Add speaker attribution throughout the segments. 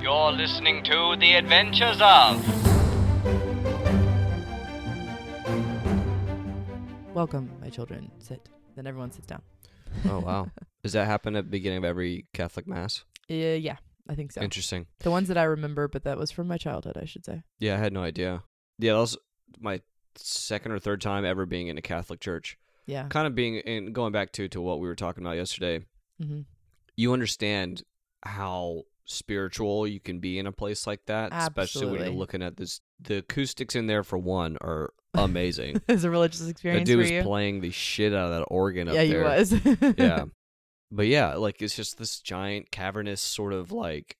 Speaker 1: You're listening to The Adventures of.
Speaker 2: Welcome, my children. Sit. Then everyone sits down.
Speaker 3: Oh wow. Does that happen at the beginning of every Catholic mass?
Speaker 2: Uh, yeah, I think so.
Speaker 3: Interesting.
Speaker 2: The ones that I remember, but that was from my childhood, I should say.
Speaker 3: Yeah, I had no idea. Yeah, that was my second or third time ever being in a Catholic church.
Speaker 2: Yeah.
Speaker 3: Kind of being and going back to to what we were talking about yesterday.
Speaker 2: hmm
Speaker 3: You understand how spiritual you can be in a place like that, especially when
Speaker 2: Absolutely.
Speaker 3: you're looking at this. The acoustics in there for one are amazing.
Speaker 2: it's a religious
Speaker 3: the
Speaker 2: experience
Speaker 3: dude
Speaker 2: for
Speaker 3: was
Speaker 2: you.
Speaker 3: playing the shit out of that organ up
Speaker 2: yeah,
Speaker 3: there.
Speaker 2: he was.
Speaker 3: yeah. But yeah, like it's just this giant cavernous sort of like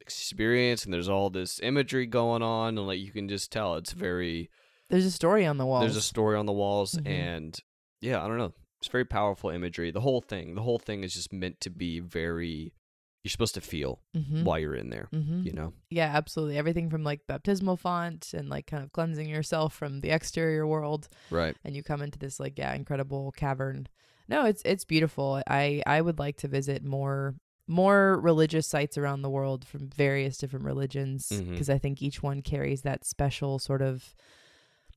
Speaker 3: experience and there's all this imagery going on and like you can just tell it's very
Speaker 2: There's a story on the wall.
Speaker 3: there's a story on the walls
Speaker 2: Mhm.
Speaker 3: and yeah, I don't know. It's very powerful imagery. The whole thing, the whole thing is just meant to be very you're supposed to feel
Speaker 2: hmm
Speaker 3: while you're in there,
Speaker 2: hmm
Speaker 3: you know.
Speaker 2: Yeah, absolutely. Everything from like baptismal font and like kind of cleansing yourself from the exterior world
Speaker 3: Right.
Speaker 2: and you come into this like yeah incredible cavern no it's it's beautiful i i would like to visit more more religious sites around the world from various different religions because
Speaker 3: Mhm.
Speaker 2: i think each one carries that special sort of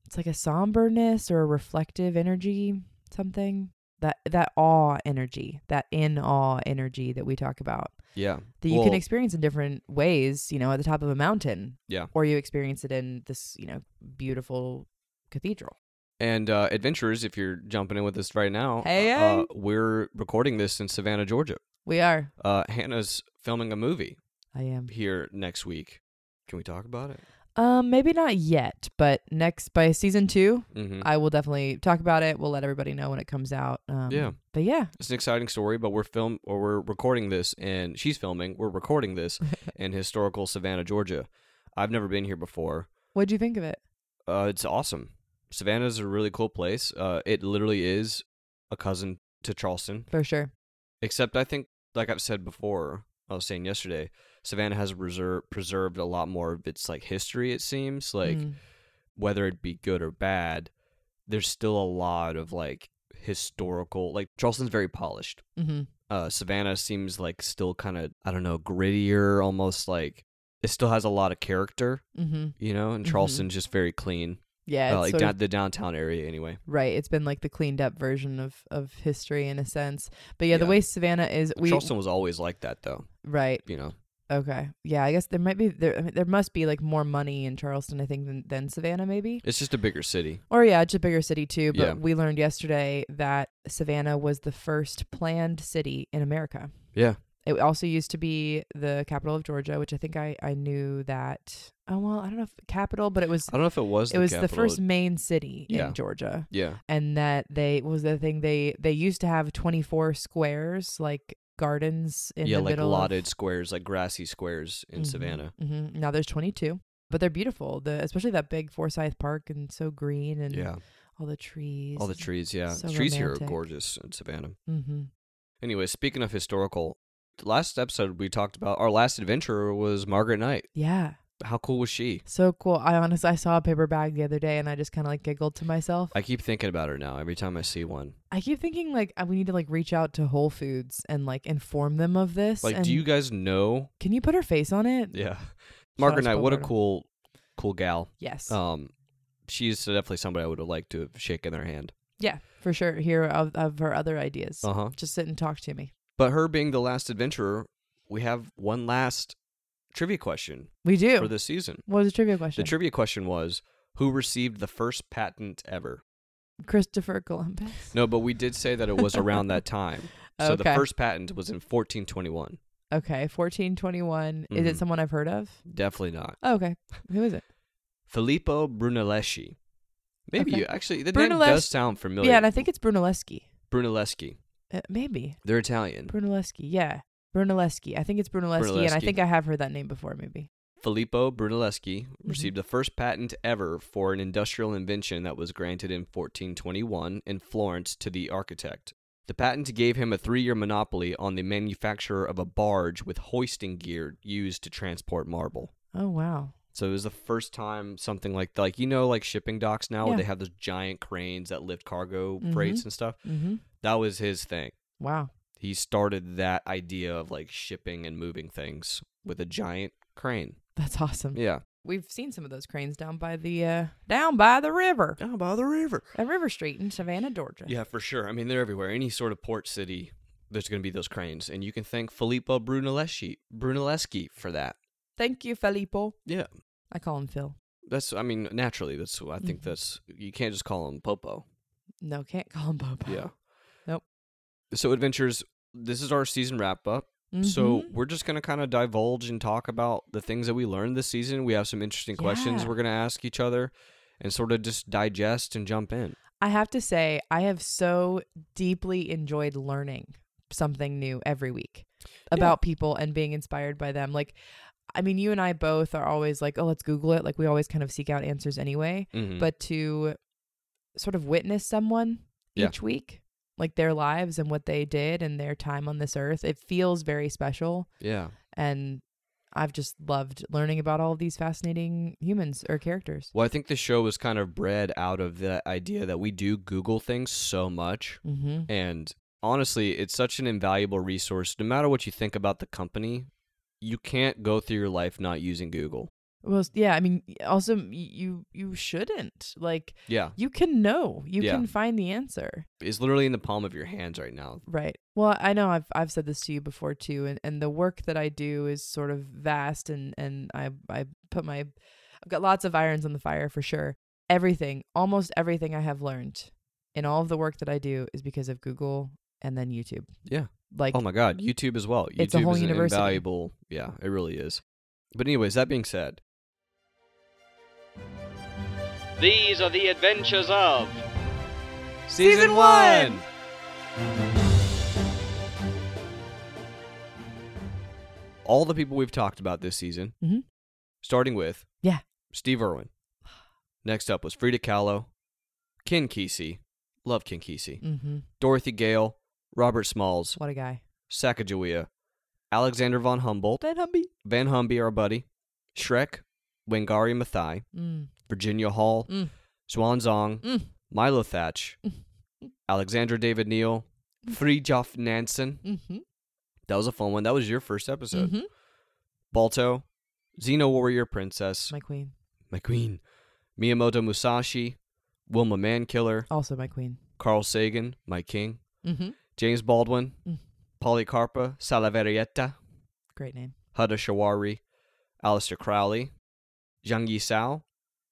Speaker 2: it's like a somberness or a reflective energy something that that awe energy that in awe energy that we talk about
Speaker 3: Yeah.
Speaker 2: that you can
Speaker 3: Well-
Speaker 2: experience in different ways, you know, at the top of a mountain.
Speaker 3: Yeah.
Speaker 2: Or you experience it in this, you know, beautiful cathedral.
Speaker 3: And uh adventurers, if you're jumping in with us right now,
Speaker 2: Hey,
Speaker 3: uh,
Speaker 2: hey.
Speaker 3: we're recording this in Savannah, Georgia.
Speaker 2: We are.
Speaker 3: Uh Hannah's filming a movie.
Speaker 2: I am.
Speaker 3: here next week. Can we talk about it?
Speaker 2: Um, maybe not yet, but next by season 2
Speaker 3: Mm-hmm.
Speaker 2: I will definitely talk about it. We'll let everybody know when it comes out. Um,
Speaker 3: Yeah.
Speaker 2: But yeah,
Speaker 3: It's an exciting story, but we're film or we're recording this, and she's filming. We're recording this in historical Savannah, Georgia. I've never been here before.
Speaker 2: what'd you think of it?
Speaker 3: Uh, it's awesome. Savannah's a really cool place. Uh, it literally is a cousin to Charleston,
Speaker 2: For sure.
Speaker 3: except I think, like I've said before, I was saying yesterday, Savannah has reserve, preserved a lot more of its like history. It seems like
Speaker 2: Mm.
Speaker 3: whether it be good or bad, there's still a lot of like historical like Charleston's very polished.
Speaker 2: Mhm.
Speaker 3: Uh Savannah seems like still kind of I don't know, grittier, almost like it still has a lot of character,
Speaker 2: Mhm.
Speaker 3: you know, and
Speaker 2: Mhm.
Speaker 3: Charleston's just very clean.
Speaker 2: Yeah, it's
Speaker 3: Uh, like
Speaker 2: sort
Speaker 3: down,
Speaker 2: of-
Speaker 3: the downtown area anyway.
Speaker 2: right. It's been like the cleaned up version of of history in a sense. But yeah, the
Speaker 3: Yeah.
Speaker 2: way Savannah is, we
Speaker 3: Charleston was always like that though,
Speaker 2: right.
Speaker 3: you know.
Speaker 2: Okay. Yeah, I guess there might be there I mean, there must be like more money in Charleston, I think, than, than Savannah maybe.
Speaker 3: It's just a bigger city.
Speaker 2: Or yeah, it's a bigger city too. But
Speaker 3: Yeah.
Speaker 2: we learned yesterday that Savannah was the first planned city in America.
Speaker 3: Yeah.
Speaker 2: It also used to be the capital of Georgia, which I think I, I knew that oh well, I don't know if capital, but it was
Speaker 3: I don't know if it was
Speaker 2: it was the
Speaker 3: capital.
Speaker 2: first main city
Speaker 3: Yeah.
Speaker 2: in Georgia
Speaker 3: Yeah.
Speaker 2: and that they what was the thing they they used to have 24 squares like gardens in
Speaker 3: yeah,
Speaker 2: the
Speaker 3: like
Speaker 2: middle
Speaker 3: lotted
Speaker 2: of,
Speaker 3: squares, like grassy squares in Savannah.
Speaker 2: hmm now there's 22 but they're beautiful the especially that big forsyth park and so green and
Speaker 3: Yeah.
Speaker 2: all the trees
Speaker 3: All the trees, yeah.
Speaker 2: so
Speaker 3: the trees here
Speaker 2: romantic.
Speaker 3: are gorgeous in Savannah.
Speaker 2: mm-hmm.
Speaker 3: Anyway, speaking of historical, last episode we talked about our last adventurer was Margaret Knight.
Speaker 2: yeah
Speaker 3: How cool was she?
Speaker 2: so cool i honestly i saw a paper bag the other day and i just kind of like giggled to myself
Speaker 3: I keep thinking about her now every time I see one.
Speaker 2: i keep thinking like I- we need to like reach out to whole foods and like inform them of this
Speaker 3: Like,
Speaker 2: and
Speaker 3: do you guys know?
Speaker 2: can you put her face on it
Speaker 3: Yeah. Margaret
Speaker 2: I
Speaker 3: Knight, what a
Speaker 2: spoiled her.
Speaker 3: cool, cool gal.
Speaker 2: yes
Speaker 3: Um, she's definitely somebody I would have liked to have shaken their hand.
Speaker 2: yeah for sure hear of, of her other ideas
Speaker 3: Uh huh.
Speaker 2: just sit and talk to me
Speaker 3: But her being the last adventurer, we have one last trivia question
Speaker 2: we do
Speaker 3: for this season.
Speaker 2: what was the trivia
Speaker 3: The
Speaker 2: question
Speaker 3: trivia question was who received the first patent ever?
Speaker 2: christopher columbus
Speaker 3: No, but we did say that it was around that time. So the
Speaker 2: Okay.
Speaker 3: first patent was in 1421.
Speaker 2: Okay, 1421. Is it
Speaker 3: Mhm.
Speaker 2: someone I've heard of?
Speaker 3: Definitely not.
Speaker 2: Oh, okay. Who is it?
Speaker 3: Filippo Brunelleschi. Maybe
Speaker 2: Okay.
Speaker 3: you actually the name
Speaker 2: Brunelles-
Speaker 3: does sound familiar.
Speaker 2: Yeah, and I think it's Brunelleschi.
Speaker 3: Brunelleschi.
Speaker 2: Uh, maybe.
Speaker 3: They're Italian.
Speaker 2: Brunelleschi. Yeah. Brunelleschi. I think it's Brunelleschi, and I
Speaker 3: Brunelleschi.
Speaker 2: think I have heard that name before, maybe.
Speaker 3: Filippo Brunelleschi
Speaker 2: Mm-hmm.
Speaker 3: received the first patent ever for an industrial invention that was granted in 1421 in Florence to the architect. The patent gave him a three year monopoly on the manufacture of a barge with hoisting gear used to transport marble.
Speaker 2: Oh, wow.
Speaker 3: So it was the first time something like like you know like shipping docks now where
Speaker 2: Yeah.
Speaker 3: they have those giant cranes that lift cargo freights and stuff.
Speaker 2: Mm-hmm.
Speaker 3: That was his thing.
Speaker 2: Wow.
Speaker 3: He started that idea of like shipping and moving things with a giant crane.
Speaker 2: That's awesome.
Speaker 3: Yeah.
Speaker 2: We've seen some of those cranes down by the uh, down by the river
Speaker 3: Oh, by the river.
Speaker 2: at River Street in Savannah, Georgia.
Speaker 3: Yeah, for sure. I mean, they're everywhere. Any sort of port city, there's going to be those cranes, and you can thank Filippo Brunelleschi, Brunelleschi for that.
Speaker 2: Thank you, Filippo.
Speaker 3: Yeah,
Speaker 2: I call him Phil.
Speaker 3: that's. I mean, naturally, that's. I think
Speaker 2: Mhm.
Speaker 3: that's. You can't just call him Popo.
Speaker 2: No, can't call him Bobo.
Speaker 3: Yeah.
Speaker 2: Nope.
Speaker 3: So adventures. This is our season wrap up. So
Speaker 2: Mhm.
Speaker 3: we're just going to kind of divulge and talk about the things that we learned this season. We have some interesting questions
Speaker 2: Yeah.
Speaker 3: we're going to ask each other, and sort of just digest and jump in.
Speaker 2: I have to say, I have so deeply enjoyed learning something new every week about people and being inspired by them. Like, I mean, you and I both are always like, oh, let's Google it. Like, we always kind of seek out answers anyway.
Speaker 3: Mhm.
Speaker 2: But to sort of witness someone
Speaker 3: Yeah.
Speaker 2: each week, like their lives and what they did and their time on this earth, it feels very special.
Speaker 3: yeah,
Speaker 2: And I've just loved learning about all of these fascinating humans or characters.
Speaker 3: well, I think the show was kind of bred out of the idea that we do Google things so much.
Speaker 2: Mm-hmm.
Speaker 3: And honestly, it's such an invaluable resource. No matter what you think about the company, you can't go through your life not using Google.
Speaker 2: Well, s- yeah. I mean, y- also y- you you shouldn't like
Speaker 3: Yeah.
Speaker 2: you can know you
Speaker 3: Yeah.
Speaker 2: can find the answer,
Speaker 3: It's literally in the palm of your hands right now.
Speaker 2: right? Well, I know I've I've said this to you before too, and and the work that I do is sort of vast, and and I I put my I've got lots of irons on the fire for sure. Everything, almost everything I have learned in all of the work that I do is because of Google and then YouTube.
Speaker 3: Yeah.
Speaker 2: Like
Speaker 3: oh my God. YouTube as well. YouTube
Speaker 2: It's a whole
Speaker 3: is an
Speaker 2: university.
Speaker 3: invaluable. Yeah, it really is. But, anyways, that being said,
Speaker 1: These are the adventures of.
Speaker 2: Season one!
Speaker 3: All the people we've talked about this season,
Speaker 2: Mhm.
Speaker 3: starting with
Speaker 2: Yeah.
Speaker 3: Steve Irwin. Next up was Frida Kahlo, Ken Kesey, love Ken Kesey,
Speaker 2: mm-hmm.
Speaker 3: Dorothy Gale, Robert Smalls,
Speaker 2: what a guy,
Speaker 3: Sacagawea, Alexander von Humboldt,
Speaker 2: Dan Humby.
Speaker 3: Van Humby, our buddy, Shrek, Wangari Maathai,
Speaker 2: Mm.
Speaker 3: Virginia Hall,
Speaker 2: Mm.
Speaker 3: Swan Zong,
Speaker 2: Mm.
Speaker 3: Milo Thatch, Alexander David Neal,
Speaker 2: Mm.
Speaker 3: Fridjof Nansen.
Speaker 2: Mm-hmm.
Speaker 3: That was a fun one. That was your first episode.
Speaker 2: mm-hmm.
Speaker 3: Balto, Xena Warrior Princess,
Speaker 2: My queen,
Speaker 3: my queen, Miyamoto Musashi, Wilma Mankiller,
Speaker 2: also my queen.
Speaker 3: Carl Sagan, my king,
Speaker 2: Mm-hmm.
Speaker 3: James Baldwin,
Speaker 2: Mm.
Speaker 3: Polycarpa Salaverietta,
Speaker 2: Great name.
Speaker 3: Huda Shawari, Alistair Crowley, Zhang Yi Sao,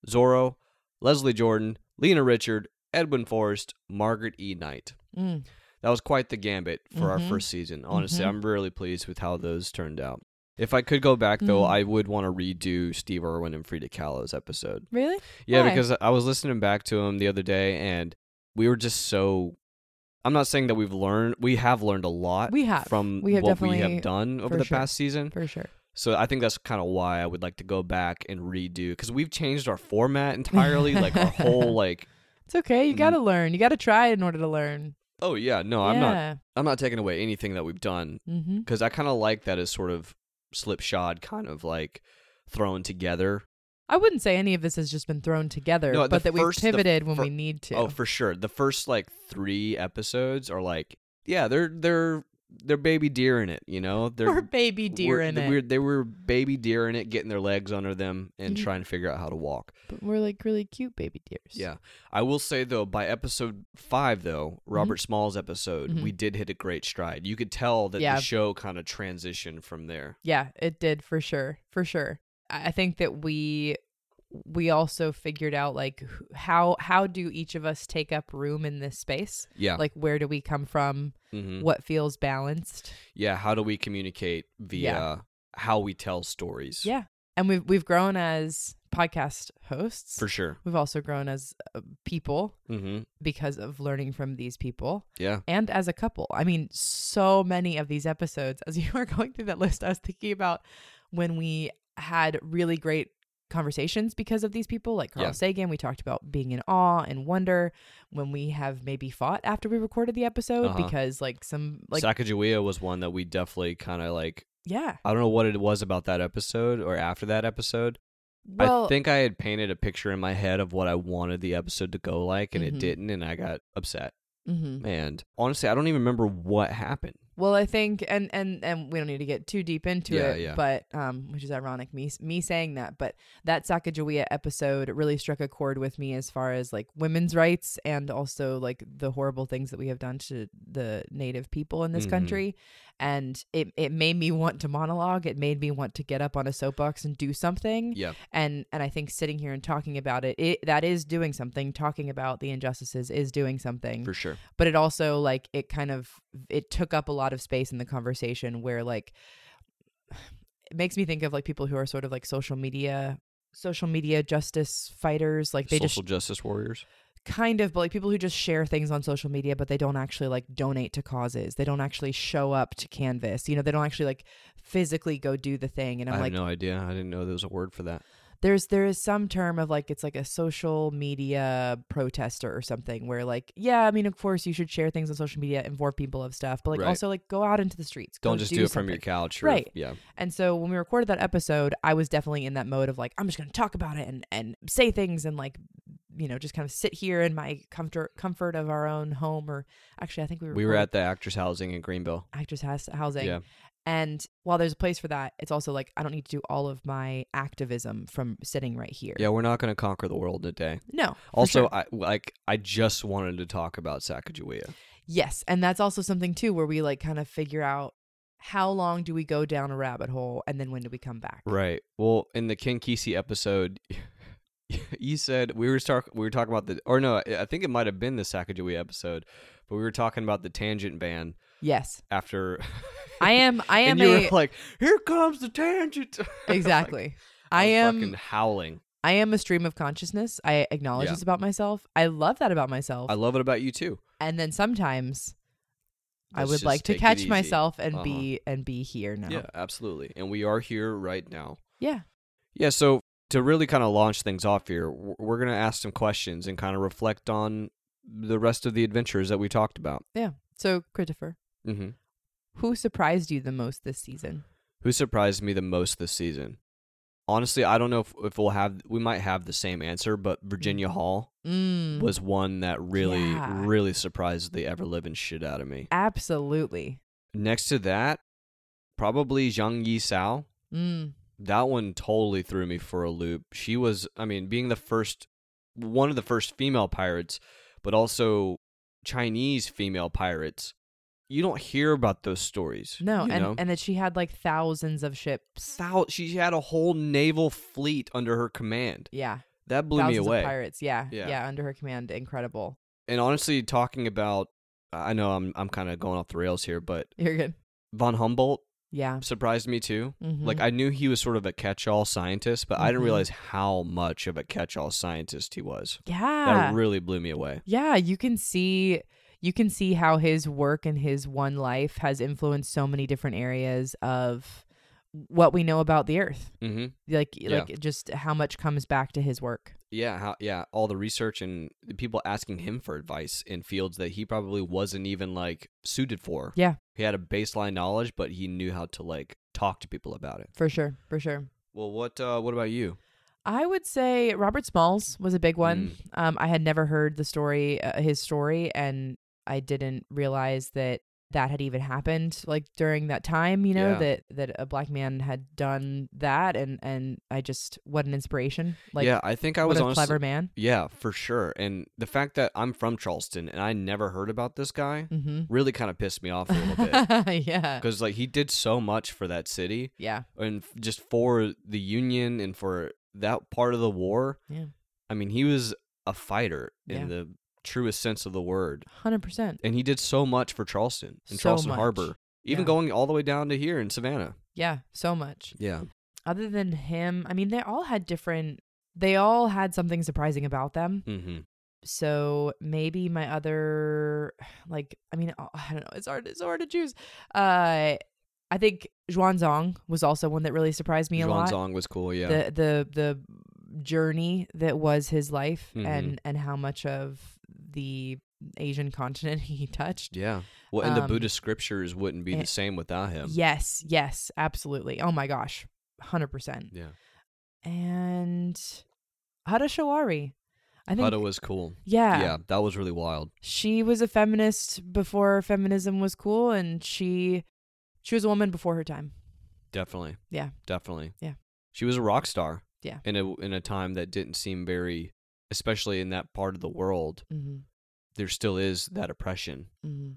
Speaker 3: Zorro, Leslie Jordan, Lena Richard, Edwin Forrest, Margaret E. Knight.
Speaker 2: Mm.
Speaker 3: That was quite the gambit for our
Speaker 2: Mhm.
Speaker 3: first season. Honestly,
Speaker 2: Mhm.
Speaker 3: I'm really pleased with how those turned out. If I could go back though,
Speaker 2: Mhm.
Speaker 3: I would want to redo Steve Irwin and Frida Kahlo's episode.
Speaker 2: Really?
Speaker 3: Yeah,
Speaker 2: Why?
Speaker 3: because I was listening back to him the other day and we were just so I'm not saying that we've learned we have learned a lot
Speaker 2: We have.
Speaker 3: from
Speaker 2: We have
Speaker 3: what we
Speaker 2: definitely-
Speaker 3: have done over
Speaker 2: for
Speaker 3: the
Speaker 2: sure.
Speaker 3: past season.
Speaker 2: For sure.
Speaker 3: So I think that's kind of why I would like to go back and redo cuz we've changed our format entirely, like our whole like
Speaker 2: It's okay. You got to learn. You got to try in order to learn.
Speaker 3: Mm-hmm. oh yeah, no, I'm not I'm not taking away anything that we've done.
Speaker 2: Mm-hmm.
Speaker 3: because I kind of like that as sort of slipshod, kind of like thrown together.
Speaker 2: I wouldn't say any of this has just been thrown together,
Speaker 3: No, the
Speaker 2: but that we
Speaker 3: first- the
Speaker 2: pivoted when
Speaker 3: fir-
Speaker 2: we need to.
Speaker 3: Oh, for sure. The first like three episodes are like, yeah, they're they're they're baby deer in it, you know. They're
Speaker 2: Or baby deer
Speaker 3: we're-
Speaker 2: in
Speaker 3: they
Speaker 2: it.
Speaker 3: We're, they were baby deer in it, getting their legs under them and
Speaker 2: Mhm.
Speaker 3: trying to figure out how to walk.
Speaker 2: But we're like really cute baby deers.
Speaker 3: Yeah, I will say though, by episode five, though
Speaker 2: Mm-hmm.
Speaker 3: Robert Small's episode,
Speaker 2: Mhm.
Speaker 3: we did hit a great stride. You could tell that
Speaker 2: Yeah.
Speaker 3: the show kind of transitioned from there.
Speaker 2: Yeah, it did for sure. For sure. I I think that we we also figured out like wh- how how do each of us take up room in this space?
Speaker 3: Yeah,
Speaker 2: Like where do we come from?
Speaker 3: Mhm.
Speaker 2: What feels balanced?
Speaker 3: yeah how do we communicate via
Speaker 2: Yeah.
Speaker 3: how we tell stories
Speaker 2: Yeah. And we've we've grown as podcast hosts.
Speaker 3: for sure
Speaker 2: We've also grown as uh, people
Speaker 3: mm-hmm.
Speaker 2: because of learning from these people
Speaker 3: yeah
Speaker 2: and as a couple. I mean, so many of these episodes, as you were going through that list, I was thinking about when we had really great conversations because of these people, like Carl
Speaker 3: Yeah.
Speaker 2: Sagan. We talked about being in awe and wonder when we have maybe fought after we recorded the episode
Speaker 3: Uh-huh.
Speaker 2: because, like, some,
Speaker 3: like
Speaker 2: like,
Speaker 3: Sacagawea was one that we definitely kind of like
Speaker 2: yeah.
Speaker 3: i don't know what it was about that episode or after that episode
Speaker 2: Well,
Speaker 3: i think i had painted a picture in my head of what i wanted the episode to go like and
Speaker 2: Mhm.
Speaker 3: it didn't and i got upset
Speaker 2: mhm.
Speaker 3: and honestly i don't even remember what happened
Speaker 2: Well, I think, and and and we don't need to get too deep into
Speaker 3: Yeah,
Speaker 2: it,
Speaker 3: yeah.
Speaker 2: but um, which is ironic, me me saying that, but that Sacagawea episode really struck a chord with me as far as like women's rights and also like the horrible things that we have done to the native people in this
Speaker 3: Mhm.
Speaker 2: country, and it it made me want to monologue. It made me want to get up on a soapbox and do something
Speaker 3: Yeah.
Speaker 2: and and I think sitting here and talking about it, it that is doing something. Talking about the injustices is doing something,
Speaker 3: For sure.
Speaker 2: but it also like it kind of it took up a lot of space in the conversation where like it makes me think of like people who are sort of like social media social media justice fighters like they
Speaker 3: Social
Speaker 2: just
Speaker 3: justice warriors.
Speaker 2: kind of but like people who just share things on social media but they don't actually like donate to causes they don't actually show up to canvas you know they don't actually like physically go do the thing and
Speaker 3: I
Speaker 2: i'm
Speaker 3: had
Speaker 2: like
Speaker 3: no idea. I didn't know there was a word for that.
Speaker 2: there's there is some term of like it's like a social media protester or something where like yeah i mean of course you should share things on social media inform people of stuff but like
Speaker 3: Right.
Speaker 2: also like go out into the streets
Speaker 3: Don't
Speaker 2: go
Speaker 3: just
Speaker 2: do,
Speaker 3: do, it from your
Speaker 2: something.
Speaker 3: couch. Or,
Speaker 2: Right.
Speaker 3: Yeah.
Speaker 2: and so when we recorded that episode i was definitely in that mode of like i'm just going to talk about it and and say things and like you know just kind of sit here in my comfort comfort of our own home or actually i think we were
Speaker 3: We were at the actors' housing in Greenville.
Speaker 2: actress has housing
Speaker 3: Yeah.
Speaker 2: and while there's a place for that it's also like i don't need to do all of my activism from sitting right here
Speaker 3: Yeah, we're not going to conquer the world in a day.
Speaker 2: no for
Speaker 3: Also,
Speaker 2: sure.
Speaker 3: I like I just wanted to talk about Sacagawea.
Speaker 2: Yes, and that's also something too where we like kind of figure out how long do we go down a rabbit hole and then when do we come back?
Speaker 3: Right. Well, in the Ken Kesey episode, you said we were talk- we were talking about the or no, I I think it might have been the Sacagawea episode, but we were talking about the tangent ban
Speaker 2: Yes.
Speaker 3: after
Speaker 2: I am I
Speaker 3: and
Speaker 2: am
Speaker 3: you
Speaker 2: a
Speaker 3: were like, "Here comes the tangent." I was like-
Speaker 2: exactly. I
Speaker 3: was
Speaker 2: am
Speaker 3: fucking howling.
Speaker 2: I am a stream of consciousness. I acknowledge
Speaker 3: Yeah.
Speaker 2: this about myself. I love that about myself.
Speaker 3: I love it about you too.
Speaker 2: and then sometimes I
Speaker 3: Let's
Speaker 2: would
Speaker 3: just
Speaker 2: like to
Speaker 3: take it
Speaker 2: catch
Speaker 3: easy. Uh-huh.
Speaker 2: myself and be and be here now.
Speaker 3: Yeah, absolutely. And we are here right now.
Speaker 2: Yeah.
Speaker 3: Yeah, so to really kind of launch things off here, w- we're going to ask some questions and kind of reflect on the rest of the adventures that we talked about.
Speaker 2: So Christopher,
Speaker 3: hmm
Speaker 2: who surprised you the most this season?
Speaker 3: Who surprised me the most this season? Honestly, I don't know if, if we'll have, we might have the same answer, but Virginia Hall
Speaker 2: Mm.
Speaker 3: was one that really,
Speaker 2: Yeah.
Speaker 3: really surprised the ever living shit out of me.
Speaker 2: Absolutely.
Speaker 3: Next to that, probably Zhang Yi Sao.
Speaker 2: Mm.
Speaker 3: that one totally threw me for a loop. She was, I mean, being the first, one of the first female pirates, but also Chinese female pirates. You don't hear about those stories.
Speaker 2: No,
Speaker 3: you
Speaker 2: and
Speaker 3: know?
Speaker 2: and that she had like thousands of ships.
Speaker 3: Thou- she had a whole naval fleet under her command.
Speaker 2: Yeah,
Speaker 3: That blew
Speaker 2: thousands
Speaker 3: me away.
Speaker 2: of pirates. Yeah,
Speaker 3: Yeah.
Speaker 2: yeah, under her command, incredible.
Speaker 3: And honestly, talking about, I know I'm I'm kind of going off the rails here, but
Speaker 2: You're good.
Speaker 3: von Humboldt
Speaker 2: Yeah,
Speaker 3: surprised me too.
Speaker 2: Mhm.
Speaker 3: Like I knew he was sort of a catch-all scientist, but I didn't
Speaker 2: Mhm.
Speaker 3: realize how much of a catch-all scientist he was.
Speaker 2: yeah,
Speaker 3: That really blew me away.
Speaker 2: yeah. You can see you can see how his work and his one life has influenced so many different areas of what we know about the Earth.
Speaker 3: Mm-hmm.
Speaker 2: Like
Speaker 3: Yeah.
Speaker 2: like just how much comes back to his work.
Speaker 3: Yeah, how, yeah. All the research and the people asking him for advice in fields that he probably wasn't even like suited for.
Speaker 2: Yeah.
Speaker 3: he had a baseline knowledge, but he knew how to like talk to people about it.
Speaker 2: For sure, for sure.
Speaker 3: Well, what uh, what about you?
Speaker 2: I would say Robert Smalls was a big one.
Speaker 3: Mm.
Speaker 2: Um, I had never heard the story, uh, his story, and I didn't realize that that had even happened. Like during that time, you know
Speaker 3: Yeah.
Speaker 2: that that a black man had done that, and and I just what an inspiration. Like
Speaker 3: yeah, I think I
Speaker 2: what
Speaker 3: was
Speaker 2: a
Speaker 3: honestly.
Speaker 2: clever man.
Speaker 3: Yeah, for sure. And the fact that I'm from Charleston and I never heard about this guy
Speaker 2: Mm-hmm.
Speaker 3: really kind of pissed me off a little bit
Speaker 2: yeah,
Speaker 3: because like he did so much for that city.
Speaker 2: yeah,
Speaker 3: and f- just for the union and for that part of the war.
Speaker 2: Yeah.
Speaker 3: I mean, he was a fighter
Speaker 2: Yeah.
Speaker 3: in the truest sense of the word,
Speaker 2: hundred percent.
Speaker 3: and he did so much for Charleston and
Speaker 2: So
Speaker 3: Charleston
Speaker 2: much.
Speaker 3: Harbor, even
Speaker 2: Yeah.
Speaker 3: going all the way down to here in Savannah.
Speaker 2: Yeah, so much.
Speaker 3: Yeah.
Speaker 2: Other than him, I mean, they all had different. They all had something surprising about them.
Speaker 3: Mm-hmm.
Speaker 2: so maybe my other like i mean oh, i don't know it's hard it's hard to choose uh i think Zhuan Zong was also one that really surprised me a lot
Speaker 3: Zong was cool. Yeah.
Speaker 2: the the the journey that was his life
Speaker 3: Mhm.
Speaker 2: and and how much of the asian continent he touched
Speaker 3: yeah. Well, and the
Speaker 2: um,
Speaker 3: Buddhist scriptures wouldn't be
Speaker 2: eh,
Speaker 3: the same without him.
Speaker 2: yes yes absolutely oh my gosh 100%
Speaker 3: Yeah.
Speaker 2: and Hada Shawari I think
Speaker 3: Hutta was cool.
Speaker 2: yeah,
Speaker 3: yeah, that was really wild.
Speaker 2: she was a feminist before feminism was cool and she she was a woman before her time.
Speaker 3: Definitely.
Speaker 2: Yeah.
Speaker 3: Definitely.
Speaker 2: Yeah.
Speaker 3: She was a rock star.
Speaker 2: Yeah.
Speaker 3: In a in a time that didn't seem very, especially in that part of the world,
Speaker 2: Mhm.
Speaker 3: there still is that oppression.
Speaker 2: Mhm.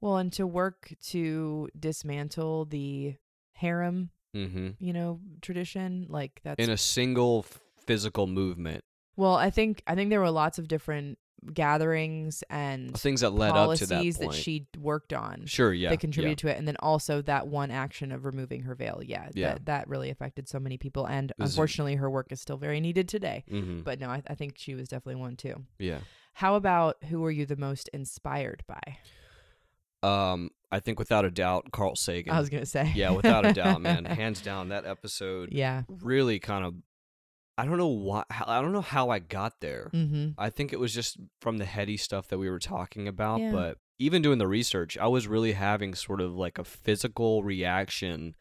Speaker 2: Well, and to work to dismantle the harem,
Speaker 3: Mm-hmm.
Speaker 2: you know, tradition, like that's
Speaker 3: In a single f- physical movement,
Speaker 2: Well, I think I think there were lots of different gatherings and
Speaker 3: things that led up to
Speaker 2: policies
Speaker 3: that point.
Speaker 2: she worked on
Speaker 3: sure. Yeah.
Speaker 2: that contributed to it, and then also that one action of removing her veil. Yeah,
Speaker 3: Yeah.
Speaker 2: That, that really affected so many people, and
Speaker 3: was a-
Speaker 2: unfortunately, her work is still very needed today.
Speaker 3: Yeah. Mm-hmm.
Speaker 2: But no, I, I think she was definitely one too.
Speaker 3: yeah.
Speaker 2: How about who were you the most inspired by?
Speaker 3: Um, I think without a doubt, Carl Sagan.
Speaker 2: I was gonna say,
Speaker 3: yeah, without a doubt, man. Hands down, that episode
Speaker 2: yeah,
Speaker 3: really kind of. I don't know why. How, I don't know how I got there.
Speaker 2: mm-hmm.
Speaker 3: I think it was just from the heady stuff that we were talking about.
Speaker 2: Yeah.
Speaker 3: But even doing the research, I was really having sort of like a physical reaction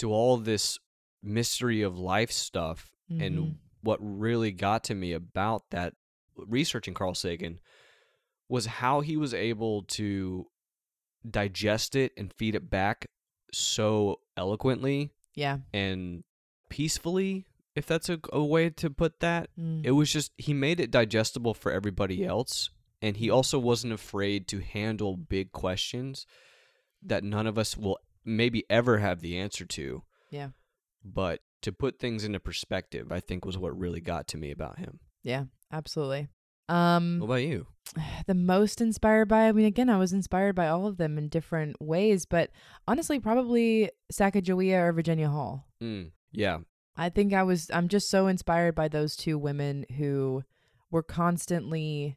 Speaker 3: to all this mystery of life stuff.
Speaker 2: Mm-hmm.
Speaker 3: And what really got to me about that researching Carl Sagan was how he was able to digest it and feed it back so eloquently
Speaker 2: yeah,
Speaker 3: and peacefully, if that's a, a way to put that
Speaker 2: mm.
Speaker 3: it was just he made it digestible for everybody else and he also wasn't afraid to handle big questions that none of us will maybe ever have the answer to
Speaker 2: Yeah.
Speaker 3: but to put things into perspective i think was what really got to me about him
Speaker 2: yeah, absolutely. Um,
Speaker 3: what about you
Speaker 2: the most inspired by i mean again i was inspired by all of them in different ways but honestly probably sacagawea or virginia hall
Speaker 3: mm, yeah
Speaker 2: i think i was i'm just so inspired by those two women who were constantly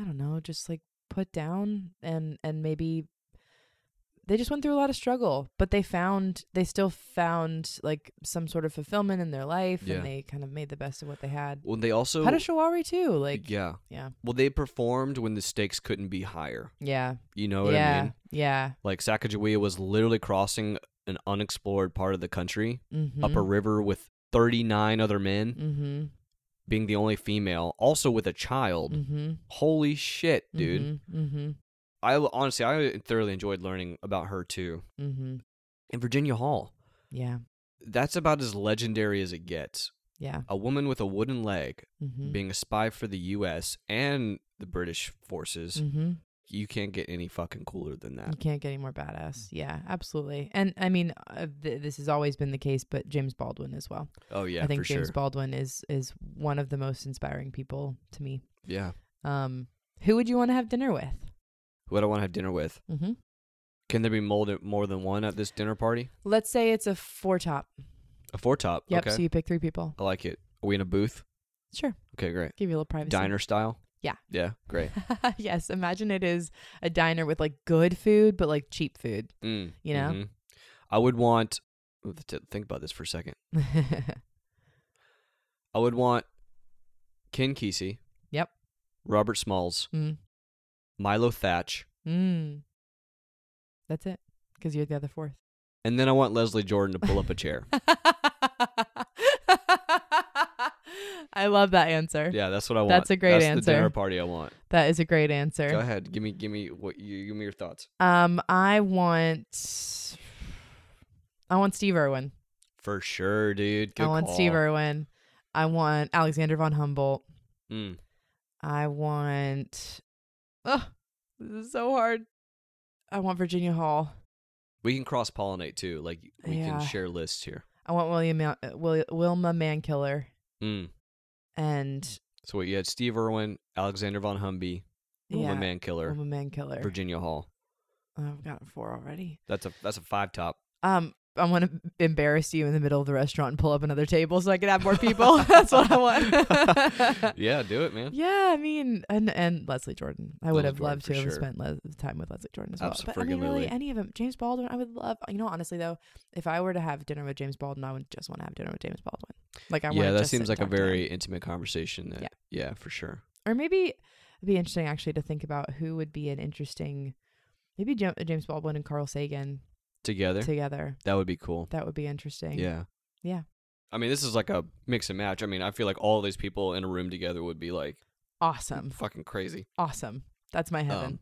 Speaker 2: i don't know just like put down and and maybe they just went through a lot of struggle but they found they still found like some sort of fulfillment in their life
Speaker 3: Yeah.
Speaker 2: and they kind of made the best of what they had
Speaker 3: well they also
Speaker 2: Pada Shawari too like yeah
Speaker 3: yeah
Speaker 2: yeah
Speaker 3: well they performed when the stakes couldn't be higher
Speaker 2: yeah
Speaker 3: you know what
Speaker 2: yeah,
Speaker 3: i mean
Speaker 2: yeah.
Speaker 3: like sacagawea was literally crossing an unexplored part of the country
Speaker 2: Mm-hmm.
Speaker 3: up a river with 39 other men
Speaker 2: Mm-hmm.
Speaker 3: being the only female, also with a child.
Speaker 2: Mm-hmm.
Speaker 3: Holy shit, dude.
Speaker 2: Mm-hmm.
Speaker 3: I honestly, I thoroughly enjoyed learning about her too.
Speaker 2: Mm-hmm.
Speaker 3: And Virginia Hall,
Speaker 2: Yeah.
Speaker 3: that's about as legendary as it gets.
Speaker 2: Yeah.
Speaker 3: A woman with a wooden leg
Speaker 2: Mm-hmm.
Speaker 3: being a spy for the US and the British forces.
Speaker 2: Mm-hmm.
Speaker 3: You can't get any fucking cooler than that.
Speaker 2: You can't get any more badass. Yeah, absolutely. And I mean, uh, th- this has always been the case, but James Baldwin as well.
Speaker 3: Oh, yeah,
Speaker 2: I think
Speaker 3: for
Speaker 2: James
Speaker 3: sure.
Speaker 2: Baldwin is is one of the most inspiring people to me.
Speaker 3: yeah.
Speaker 2: Um, who would you want to have dinner with?
Speaker 3: Who do I want to have dinner with?
Speaker 2: Mm-hmm.
Speaker 3: Can there be more than, more than one at this dinner party?
Speaker 2: Let's say it's a four top.
Speaker 3: A four top.
Speaker 2: Yep.
Speaker 3: Okay.
Speaker 2: So you pick three people.
Speaker 3: I like it. Are we in a booth?
Speaker 2: Sure.
Speaker 3: Okay, great.
Speaker 2: Give you a little privacy.
Speaker 3: Diner style?
Speaker 2: Yeah.
Speaker 3: Yeah, great.
Speaker 2: yes. Imagine it is a diner with like good food, but like cheap food.
Speaker 3: Mm,
Speaker 2: you know?
Speaker 3: mhm. I would want Ooh, th- think about this for a second.
Speaker 2: Mm,
Speaker 3: I would want Ken Kesey.
Speaker 2: Yep.
Speaker 3: Robert Smalls,
Speaker 2: Mm.
Speaker 3: Milo Thatch,
Speaker 2: Mm. That's it. Because you're the other fourth.
Speaker 3: and then I want Leslie Jordan to pull up a chair.
Speaker 2: I love that answer.
Speaker 3: yeah, that's what I want.
Speaker 2: That's a great
Speaker 3: That's The dinner
Speaker 2: answer.
Speaker 3: party I want.
Speaker 2: That is a great answer.
Speaker 3: Go ahead, give me, give me what you give me your thoughts
Speaker 2: Um, I want, I want Steve Irwin.
Speaker 3: for sure, dude. Good
Speaker 2: I want
Speaker 3: call.
Speaker 2: Steve Irwin. I want Alexander von Humboldt.
Speaker 3: Mm.
Speaker 2: I want. Oh, this is so hard. I want Virginia Hall.
Speaker 3: We can cross pollinate too. Like we
Speaker 2: Yeah.
Speaker 3: can share lists here.
Speaker 2: I want William Ma- uh, Wil- Wilma Mankiller
Speaker 3: Mm.
Speaker 2: and
Speaker 3: So what you had Steve Irwin, Alexander von Humby, Wilma
Speaker 2: yeah,
Speaker 3: Mankiller,
Speaker 2: Wilma Mankiller.
Speaker 3: Virginia Hall.
Speaker 2: Oh, I've gotten four already.
Speaker 3: That's a that's a five top.
Speaker 2: Um, I want to embarrass you in the middle of the restaurant and pull up another table so I can have more people. That's what I want.
Speaker 3: yeah, do it, man.
Speaker 2: yeah, I mean, and and Leslie Jordan. I would
Speaker 3: Leslie
Speaker 2: have
Speaker 3: Jordan,
Speaker 2: loved to
Speaker 3: for
Speaker 2: have
Speaker 3: sure.
Speaker 2: spent le- time with Leslie Jordan as well. But I mean,
Speaker 3: Abso-friggin-lutely.
Speaker 2: really, any of them. James Baldwin. I would love. You know, honestly though, if I were to have dinner with James Baldwin, I would just want to have dinner with James Baldwin. Like I
Speaker 3: yeah,
Speaker 2: wanna
Speaker 3: that
Speaker 2: just sit
Speaker 3: seems like
Speaker 2: and
Speaker 3: a
Speaker 2: talk to him.
Speaker 3: very intimate conversation. That, yeah.
Speaker 2: Yeah.
Speaker 3: for sure.
Speaker 2: or maybe it'd be interesting actually to think about who would be an interesting. Maybe Ja- James Baldwin and Carl Sagan
Speaker 3: Together,
Speaker 2: together.
Speaker 3: that would be cool.
Speaker 2: That would be interesting.
Speaker 3: Yeah.
Speaker 2: Yeah.
Speaker 3: I mean, this is like a mix and match. I mean, I feel like all these people in a room together would be like
Speaker 2: Awesome.
Speaker 3: fucking crazy.
Speaker 2: Awesome. That's my heaven.
Speaker 3: Um,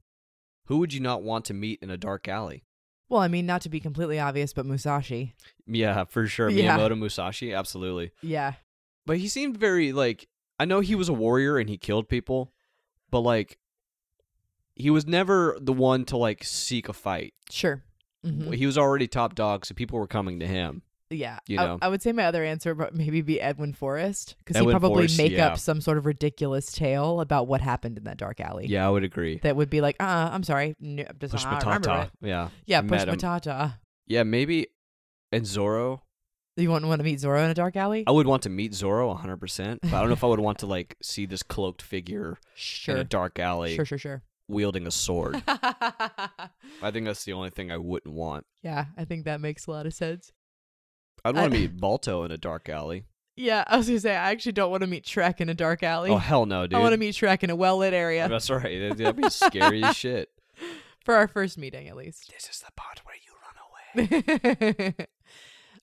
Speaker 3: who would you not want to meet in a dark alley?
Speaker 2: well, I mean, not to be completely obvious, but Musashi.
Speaker 3: Yeah, for sure.
Speaker 2: Yeah.
Speaker 3: Miyamoto Musashi, absolutely.
Speaker 2: Yeah.
Speaker 3: But he seemed very like I know he was a warrior and he killed people, but like he was never the one to like seek a fight.
Speaker 2: Sure. Mhm.
Speaker 3: He was already top dog, so people were coming to him.
Speaker 2: Yeah.
Speaker 3: you
Speaker 2: I,
Speaker 3: know.
Speaker 2: I would say my other answer would maybe be Edwin Forrest because he'd
Speaker 3: Edwin
Speaker 2: probably
Speaker 3: Forrest,
Speaker 2: make
Speaker 3: yeah.
Speaker 2: up some sort of ridiculous tale about what happened in that dark alley.
Speaker 3: Yeah, I would agree.
Speaker 2: That would be like, uh, I'm sorry. No, I'm just
Speaker 3: Push
Speaker 2: not, I remember
Speaker 3: Matata.
Speaker 2: it.
Speaker 3: Yeah.
Speaker 2: Yeah,
Speaker 3: Met
Speaker 2: Push
Speaker 3: him.
Speaker 2: Matata.
Speaker 3: Yeah, maybe and Zoro.
Speaker 2: You wouldn't want to meet Zorro in a dark alley?
Speaker 3: I would want to meet Zoro 100%, but I don't know if I would want to like see this cloaked figure in a
Speaker 2: sure.
Speaker 3: dark alley
Speaker 2: Sure, sure, sure.
Speaker 3: wielding a sword. I think that's the only thing I wouldn't want.
Speaker 2: yeah, I think that makes a lot of sense.
Speaker 3: I'd
Speaker 2: I-
Speaker 3: want to meet Balto in a dark alley.
Speaker 2: Yeah, I was going to say, I actually don't want to meet Shrek in a dark alley.
Speaker 3: Oh hell no, dude.
Speaker 2: I want to meet Shrek in a well lit area
Speaker 3: That's right. That'd, that'd be scary as shit.
Speaker 2: for our first meeting, at least.
Speaker 3: This is the part where you run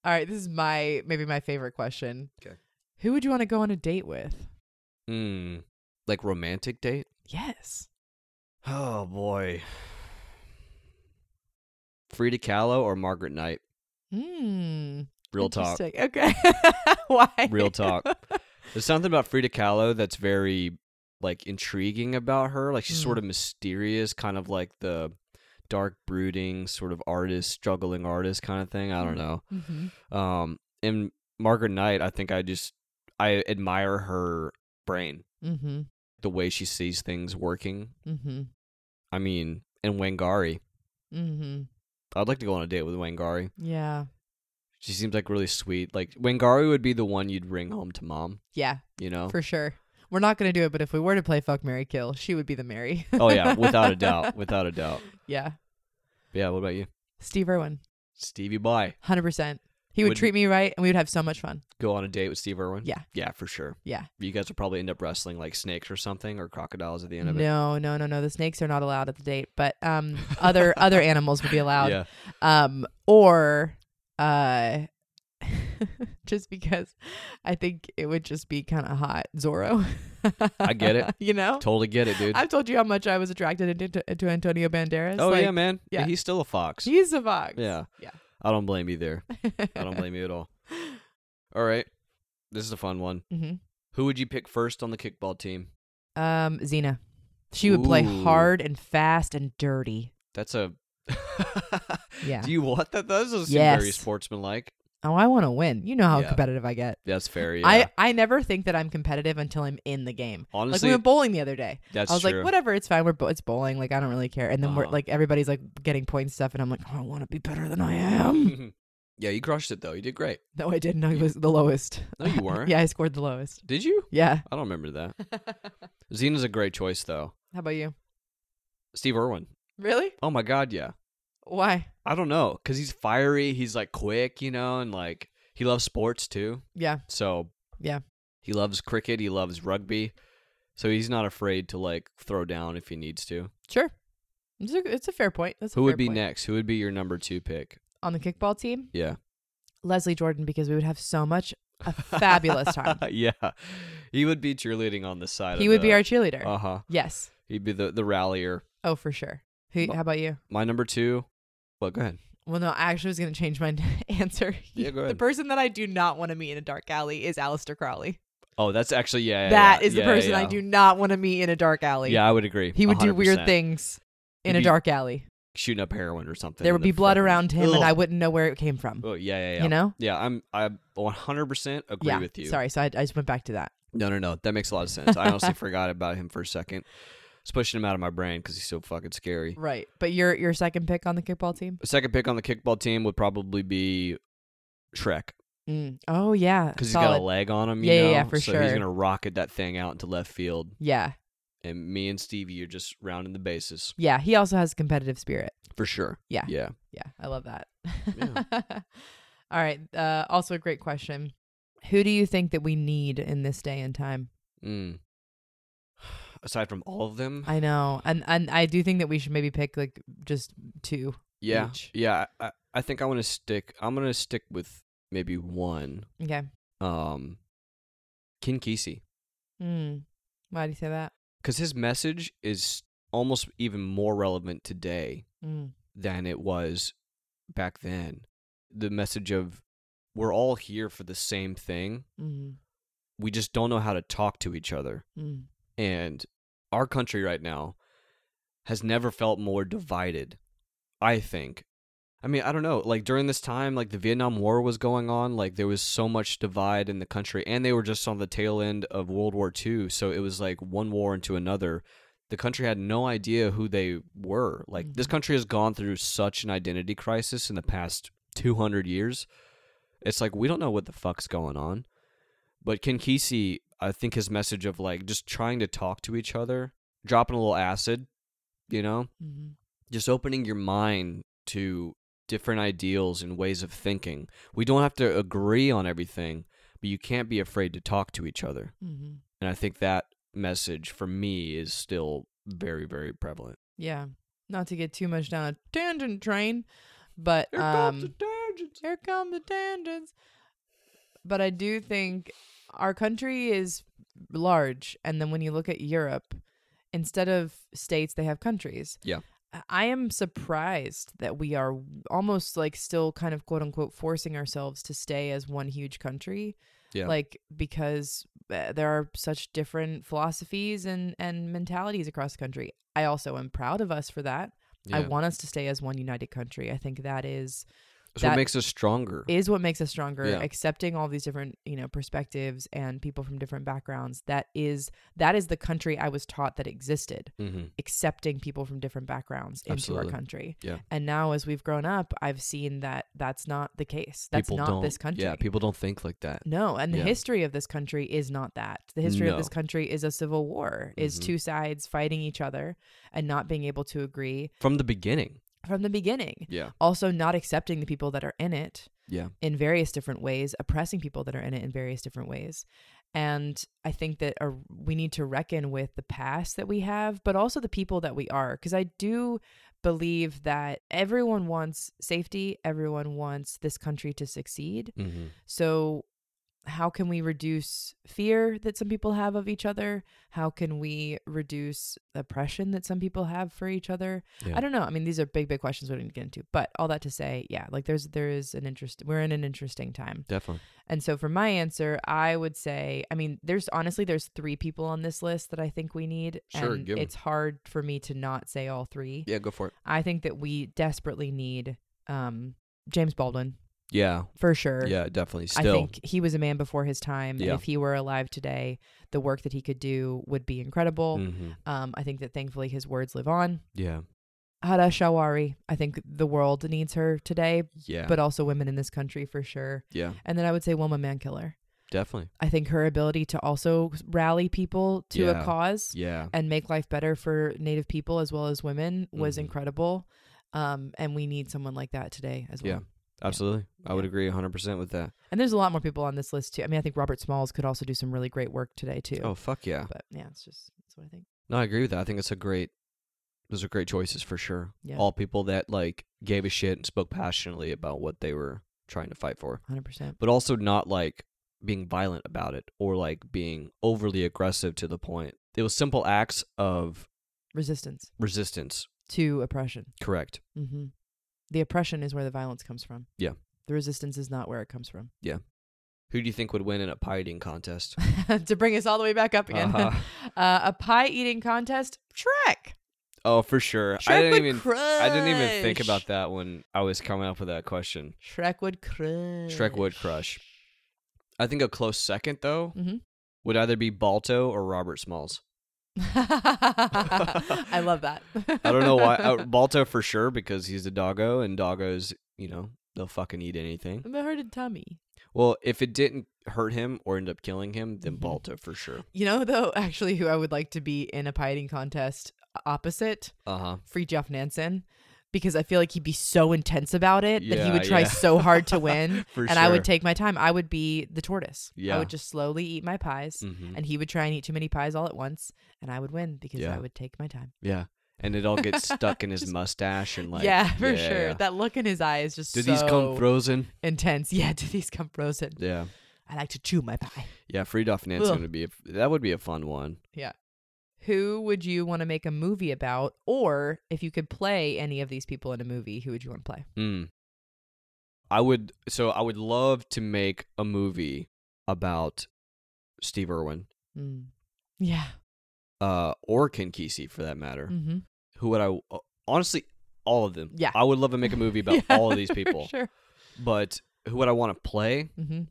Speaker 2: All right, this is my maybe my favorite question.
Speaker 3: 'Kay.
Speaker 2: Who would you want to go on a date with?
Speaker 3: away. mm, like romantic date?
Speaker 2: Yes.
Speaker 3: Oh boy. Frida Kahlo or Margaret Knight?
Speaker 2: Hmm.
Speaker 3: Real talk.
Speaker 2: interesting. Okay. Why?
Speaker 3: Real talk. There's something about Frida Kahlo that's very like intriguing about her. Like she's
Speaker 2: Mm.
Speaker 3: sort of mysterious, kind of like the dark brooding sort of artist, struggling artist kind of thing. I don't know.
Speaker 2: Mhm.
Speaker 3: Um, and Margaret Knight, I think I just I admire her brain,
Speaker 2: Mhm.
Speaker 3: the way she sees things working.
Speaker 2: Mhm.
Speaker 3: I mean, and Wangari,
Speaker 2: Mhm.
Speaker 3: I'd like to go on a date with Wangari.
Speaker 2: Yeah.
Speaker 3: She seems like really sweet. Like Wangari would be the one you'd bring home to mom.
Speaker 2: Yeah,
Speaker 3: You know?
Speaker 2: for sure. We're not going to do it, but if we were to play fuck Mary kill, she would be the Mary.
Speaker 3: oh yeah, without a doubt, without a doubt.
Speaker 2: yeah.
Speaker 3: But yeah. What about you,
Speaker 2: Steve Irwin.
Speaker 3: Stevie By?
Speaker 2: 100%. He would
Speaker 3: Would-
Speaker 2: treat me right and we would have so much fun.
Speaker 3: Go on a date with Steve Irwin?
Speaker 2: Yeah.
Speaker 3: Yeah, for sure.
Speaker 2: Yeah.
Speaker 3: You guys will probably end up wrestling like snakes or something or crocodiles at the end of it.
Speaker 2: No, no, no, no. The snakes are not allowed at the date, but um other other animals would be allowed.
Speaker 3: Yeah.
Speaker 2: um or uh just because i think it would just be kind of hot zorro
Speaker 3: I get it.
Speaker 2: you know
Speaker 3: Totally get it, dude.
Speaker 2: i've told you how much i was attracted to, to, to antonio banderas
Speaker 3: oh
Speaker 2: Like,
Speaker 3: yeah, man.
Speaker 2: yeah.
Speaker 3: He's still a fox.
Speaker 2: he's a fox
Speaker 3: Yeah.
Speaker 2: yeah
Speaker 3: I don't blame you there. I don't blame you at all. All right. This is a fun one.
Speaker 2: mm-hmm.
Speaker 3: Who would you pick first on the kickball team?
Speaker 2: um xena she would play
Speaker 3: Ooh.
Speaker 2: hard and fast and dirty
Speaker 3: That's a.
Speaker 2: Yeah.
Speaker 3: Do you want that? That doesn't seem very
Speaker 2: Yes.
Speaker 3: sportsmanlike.
Speaker 2: oh i want to win you know how
Speaker 3: Yeah.
Speaker 2: competitive i get
Speaker 3: That's fair. Yeah.
Speaker 2: I, I never think that I'm competitive until I'm in the game. like
Speaker 3: Honestly,
Speaker 2: we went bowling the other day.
Speaker 3: that's
Speaker 2: I was
Speaker 3: true.
Speaker 2: like, whatever, it's fine. We're bo- it's bowling. Like I don't really care. And then we're
Speaker 3: Uh-huh.
Speaker 2: like everybody's like getting point stuff, and I'm like, oh, I want to be better than I am.
Speaker 3: yeah, you crushed it though. You did great.
Speaker 2: No, I didn't. I was the lowest.
Speaker 3: No, you weren't.
Speaker 2: yeah, I scored the lowest.
Speaker 3: Did you?
Speaker 2: Yeah.
Speaker 3: I don't remember that.
Speaker 2: How
Speaker 3: Xena's a great choice though.
Speaker 2: about you?
Speaker 3: Steve Irwin.
Speaker 2: Really?
Speaker 3: Oh my God, yeah.
Speaker 2: Why?
Speaker 3: I don't know, cause he's fiery. He's like quick, you know, and like he loves sports too.
Speaker 2: Yeah.
Speaker 3: So
Speaker 2: Yeah.
Speaker 3: he loves cricket. He loves rugby. So he's not afraid to like throw down if he needs to.
Speaker 2: Sure. It's a, it's a fair point. That's a
Speaker 3: Who would
Speaker 2: fair
Speaker 3: be
Speaker 2: point.
Speaker 3: next? Who would be your number two pick?
Speaker 2: on the kickball team?
Speaker 3: Yeah,
Speaker 2: Leslie Jordan, because we would have so much a fabulous time.
Speaker 3: yeah, he would be cheerleading on the side.
Speaker 2: he would be our cheerleader.
Speaker 3: Uh huh.
Speaker 2: yes.
Speaker 3: He'd be the the rallier.
Speaker 2: Oh, for sure. Who?
Speaker 3: Well-
Speaker 2: How about you?
Speaker 3: My number two. Well, go ahead.
Speaker 2: Well, no, I actually was going to change my answer.
Speaker 3: Yeah, go
Speaker 2: The
Speaker 3: ahead.
Speaker 2: person that I do not want to meet in a dark alley is Aleister Crowley.
Speaker 3: Oh, that's actually yeah. yeah,
Speaker 2: That
Speaker 3: yeah,
Speaker 2: is
Speaker 3: yeah,
Speaker 2: the person I
Speaker 3: yeah.
Speaker 2: do not want to meet in a dark alley.
Speaker 3: Yeah, I would agree.
Speaker 2: He would do weird
Speaker 3: 100%.
Speaker 2: things in
Speaker 3: He'd
Speaker 2: a
Speaker 3: be
Speaker 2: dark alley.
Speaker 3: shooting up heroin or something.
Speaker 2: There
Speaker 3: in
Speaker 2: would
Speaker 3: the
Speaker 2: be blood
Speaker 3: fucking-
Speaker 2: around him, and I
Speaker 3: Ugh.
Speaker 2: wouldn't know where it came from.
Speaker 3: Oh yeah, yeah, yeah.
Speaker 2: You know?
Speaker 3: Yeah, I'm I 100% agree
Speaker 2: yeah.
Speaker 3: with you.
Speaker 2: Sorry, so I, I just went back to that.
Speaker 3: No, no, no. That makes a lot of sense. I honestly forgot about him for a second. It's pushing him out of my brain because he's so fucking scary.
Speaker 2: Right. But your your second pick on the kickball team?
Speaker 3: The second pick on the kickball team would probably be Shrek
Speaker 2: Mm. Oh yeah,
Speaker 3: because he's got
Speaker 2: solid.
Speaker 3: a leg on him. You
Speaker 2: Yeah, yeah,
Speaker 3: know?
Speaker 2: yeah, for
Speaker 3: so
Speaker 2: sure.
Speaker 3: He's gonna rocket that thing out into left field,
Speaker 2: yeah,
Speaker 3: and me and Stevie are just rounding the bases
Speaker 2: yeah. He also has competitive spirit.
Speaker 3: for sure.
Speaker 2: Yeah.
Speaker 3: yeah.
Speaker 2: Yeah, I love that.
Speaker 3: Yeah.
Speaker 2: All right. Uh, also a great question. Who do you think that we need in this day and time?
Speaker 3: Mm. Aside from all of them,
Speaker 2: I know, and and I do think that we should maybe pick like just two.
Speaker 3: yeah,
Speaker 2: each.
Speaker 3: yeah. I, I think I want to stick. I'm gonna stick with maybe one.
Speaker 2: Okay.
Speaker 3: um, Kinkisi
Speaker 2: Mm. Why do you say that?
Speaker 3: because his message is almost even more relevant today
Speaker 2: Mm.
Speaker 3: than it was back then. The message of we're all here for the same thing.
Speaker 2: Mm.
Speaker 3: We just don't know how to talk to each other.
Speaker 2: Mm.
Speaker 3: And our country right now has never felt more divided, I think. I mean, I don't know. Like during this time, like the Vietnam War was going on, like there was so much divide in the country, and they were just on the tail end of World War II. So it was like one war into another. The country had no idea who they were. Like this
Speaker 2: Mhm.
Speaker 3: country has gone through such an identity crisis in the past 200 years. It's like we don't know what the fuck's going on. But Ken Kesey, I think his message of like just trying to talk to each other, dropping a little acid, you know,
Speaker 2: Mm-hmm.
Speaker 3: just opening your mind to different ideals and ways of thinking. We don't have to agree on everything, but you can't be afraid to talk to each other.
Speaker 2: Mm-hmm.
Speaker 3: And I think that message for me is still very, very prevalent.
Speaker 2: Yeah. Not to get too much down a tangent train, but um, here come the tangents. But I do think our country is large, and then when you look at Europe, instead of states, they have countries.
Speaker 3: Yeah.
Speaker 2: I- I am surprised that we are almost like still kind of quote unquote forcing ourselves to stay as one huge country.
Speaker 3: Yeah.
Speaker 2: Like because uh, there are such different philosophies and and mentalities across the country. I also am proud of us for that. I
Speaker 3: Yeah.
Speaker 2: want us to stay as one united country. I think that is
Speaker 3: That's what
Speaker 2: that-
Speaker 3: makes us stronger.
Speaker 2: is what makes us stronger
Speaker 3: Yeah.
Speaker 2: accepting all these different you know perspectives and people from different backgrounds that is that is the country i was taught that existed
Speaker 3: mm-hmm.
Speaker 2: accepting people from different backgrounds into
Speaker 3: Absolutely.
Speaker 2: our country
Speaker 3: Yeah.
Speaker 2: and now as we've grown up i've seen that that's not the case that's
Speaker 3: people
Speaker 2: not
Speaker 3: don't,
Speaker 2: this country
Speaker 3: Yeah, people don't think like that.
Speaker 2: no and the
Speaker 3: Yeah.
Speaker 2: history of this country is not that the history of this
Speaker 3: No.
Speaker 2: country is a civil war is
Speaker 3: Mhm.
Speaker 2: two sides fighting each other and not being able to agree
Speaker 3: From the beginning.
Speaker 2: from the beginning
Speaker 3: Yeah.
Speaker 2: also not accepting the people that are in it
Speaker 3: Yeah.
Speaker 2: in various different ways, oppressing people that are in it in various different ways. And I think that uh we need to reckon with the past that we have, but also the people that we are. Because I do believe that everyone wants safety, everyone wants this country to succeed.
Speaker 3: Mm-hmm.
Speaker 2: So, how can we reduce fear that some people have of each other? How can we reduce oppression that some people have for each other?
Speaker 3: Yeah.
Speaker 2: I don't know. I mean, these are big, big questions we don't need to get into. But all that to say, yeah, like there's there is an interest. We're in an interesting time.
Speaker 3: Definitely.
Speaker 2: And so for my answer, I would say, I mean, there's honestly there's three people on this list that I think we need.
Speaker 3: Sure,
Speaker 2: and
Speaker 3: give 'em.
Speaker 2: it's hard for me to not say all three.
Speaker 3: Yeah, go for it.
Speaker 2: I think that we desperately need um, James Baldwin
Speaker 3: Yeah.
Speaker 2: for sure.
Speaker 3: Yeah, definitely.
Speaker 2: Er, I
Speaker 3: Still.
Speaker 2: think he was a man before his time.
Speaker 3: Yeah.
Speaker 2: And if he were alive today, the work that he could do would be incredible.
Speaker 3: Mhm.
Speaker 2: Um, I think that thankfully his words live on.
Speaker 3: Yeah.
Speaker 2: Hada Shawari, I think the world needs her today,
Speaker 3: Yeah.
Speaker 2: but also women in this country for sure.
Speaker 3: yeah,
Speaker 2: And then I would say Wilma Mankiller.
Speaker 3: definitely.
Speaker 2: I think her ability to also rally people to
Speaker 3: Yeah.
Speaker 2: a cause
Speaker 3: Yeah.
Speaker 2: and make life better for Native people as well as women was
Speaker 3: Mhm.
Speaker 2: incredible. Um, and we need someone like that today as well.
Speaker 3: Yeah. Absolutely. I would
Speaker 2: Yeah.
Speaker 3: agree 100% with that.
Speaker 2: And there's a lot more people on this list too. I mean, I think Robert Smalls could also do some really great work today too.
Speaker 3: Oh, fuck yeah.
Speaker 2: But yeah, it's just that's what I think.
Speaker 3: No, I agree with that. I think it's a great, those are great choices for sure.
Speaker 2: Yeah.
Speaker 3: All people that like gave a shit and spoke passionately about what they were trying to fight for,
Speaker 2: Hundred percent.
Speaker 3: but also not like being violent about it or like being overly aggressive to the point. It was simple acts of
Speaker 2: Resistance
Speaker 3: resistance.
Speaker 2: to oppression.
Speaker 3: Correct.
Speaker 2: Mm-hmm. The oppression is where the violence comes from.
Speaker 3: Yeah.
Speaker 2: The resistance is not where it comes from.
Speaker 3: Who do you think would win in a pie eating contest?
Speaker 2: to bring us all the way back up again, uh
Speaker 3: Uh-huh.
Speaker 2: a pie eating contest. Shrek.
Speaker 3: Oh, for sure.
Speaker 2: Shrek
Speaker 3: I didn't
Speaker 2: would
Speaker 3: even
Speaker 2: crush.
Speaker 3: I didn't even think about that when I was coming up with that question.
Speaker 2: Shrek would crush.
Speaker 3: Shrek would crush. I think a close second though
Speaker 2: Mhm.
Speaker 3: would either be Balto or Robert Smalls.
Speaker 2: I love that.
Speaker 3: I don't know why uh, Balto for sure because he's a doggo and doggos, you know, they'll fucking eat anything.
Speaker 2: I'm a hurted tummy.
Speaker 3: Well, if it didn't hurt him or end up killing him, then
Speaker 2: Mhm.
Speaker 3: Balto for sure.
Speaker 2: You know, though, actually, who I would like to be in a pie eating contest opposite
Speaker 3: Uh huh.
Speaker 2: Free Jeff Nansen, because I feel like he'd be so intense about it that he would
Speaker 3: Yeah,
Speaker 2: try
Speaker 3: yeah.
Speaker 2: so hard to win.
Speaker 3: For
Speaker 2: and I
Speaker 3: sure.
Speaker 2: would take my time. I would be the tortoise. I
Speaker 3: Yeah.
Speaker 2: would just slowly eat my pies.
Speaker 3: hmm
Speaker 2: And he would try and eat too many pies all at once, and I would win because
Speaker 3: Yeah.
Speaker 2: I would take my time.
Speaker 3: Yeah. And it all gets stuck in his
Speaker 2: Just-
Speaker 3: mustache and like
Speaker 2: yeah, for sure.
Speaker 3: yeah.
Speaker 2: That look in his eye is just
Speaker 3: Do
Speaker 2: so
Speaker 3: these come frozen?
Speaker 2: intense. Yeah, do these come frozen?
Speaker 3: Yeah.
Speaker 2: I like to chew my pie.
Speaker 3: Yeah, Friedhof Nansen
Speaker 2: Ugh.
Speaker 3: would be a, that would be a fun one.
Speaker 2: Who would you want to make a movie about? Or if you could play any of these people in a movie, who would you want to play?
Speaker 3: Mm. I would so I would love to make a movie about Steve Irwin
Speaker 2: Mm. Yeah.
Speaker 3: uh, or Ken Kesey for that matter.
Speaker 2: Mm-hmm.
Speaker 3: Who would I uh, honestly all of them.
Speaker 2: Yeah.
Speaker 3: I would love to make a movie about all of these people.
Speaker 2: Sure.
Speaker 3: But who would I want to play?
Speaker 2: Mm-hmm.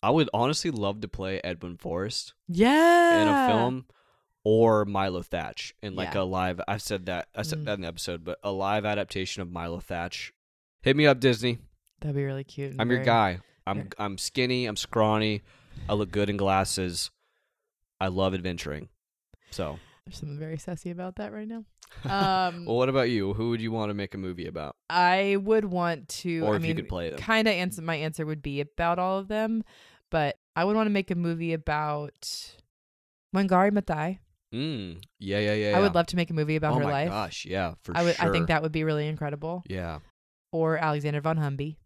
Speaker 3: I would honestly love to play Edwin Forrest
Speaker 2: Yeah.
Speaker 3: in a film or Milo Thatch in like
Speaker 2: Yeah.
Speaker 3: a live I've said that I said
Speaker 2: Mm.
Speaker 3: that in the episode, but a live adaptation of Milo Thatch. Hit me up, Disney.
Speaker 2: That'd be really cute. and
Speaker 3: I'm your
Speaker 2: very-
Speaker 3: guy. I'm
Speaker 2: very-
Speaker 3: I'm skinny. I'm scrawny. I look good in glasses. I love adventuring. So,
Speaker 2: There's something very sassy about that right now. Um,
Speaker 3: well, what about you? Who would you want to make a movie about,
Speaker 2: I would want to.
Speaker 3: or
Speaker 2: I
Speaker 3: if
Speaker 2: mean,
Speaker 3: you could play them?
Speaker 2: kind of answer my answer would be about all of them, but I would want to make a movie about Wangari Maathai.
Speaker 3: Mm, yeah, yeah, yeah.
Speaker 2: I
Speaker 3: yeah.
Speaker 2: would love to make a movie about
Speaker 3: oh
Speaker 2: her
Speaker 3: my
Speaker 2: life.
Speaker 3: Gosh, yeah, for
Speaker 2: I would.
Speaker 3: sure.
Speaker 2: I think that would be really incredible.
Speaker 3: Yeah,
Speaker 2: Or Alexander von Humby.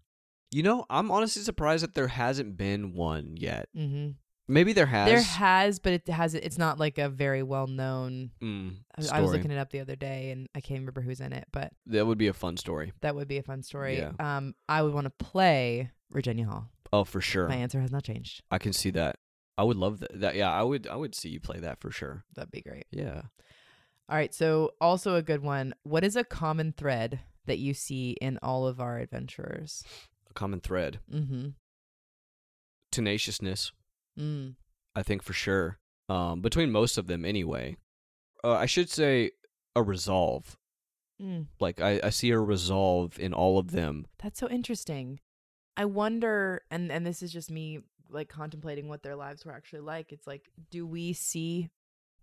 Speaker 3: you know, I'm honestly surprised that there hasn't been one yet.
Speaker 2: hmm
Speaker 3: Maybe there has.
Speaker 2: There has, but it has. It's not like a very well known.
Speaker 3: Mm,
Speaker 2: I,
Speaker 3: story.
Speaker 2: I was looking it up the other day, and I can't remember who's in it, but
Speaker 3: that would be a fun story.
Speaker 2: that would be a fun story.
Speaker 3: Yeah.
Speaker 2: Um, I would want to play Virginia Hall.
Speaker 3: Oh, for sure.
Speaker 2: My answer has not changed.
Speaker 3: I can see that. I would love that. that. Yeah, I would. I would see you play that for sure.
Speaker 2: That'd be great.
Speaker 3: Yeah.
Speaker 2: All right. So, also a good one. What is a common thread that you see in all of our adventurers?
Speaker 3: A common thread.
Speaker 2: Mm-hmm.
Speaker 3: Tenaciousness.
Speaker 2: Mm.
Speaker 3: I think for sure. Um, between most of them, anyway. Uh, I should say a resolve.
Speaker 2: Mm.
Speaker 3: Like I, I see a resolve in all of them.
Speaker 2: That's so interesting. I wonder, and and this is just me like contemplating what their lives were actually like. It's like, do we see?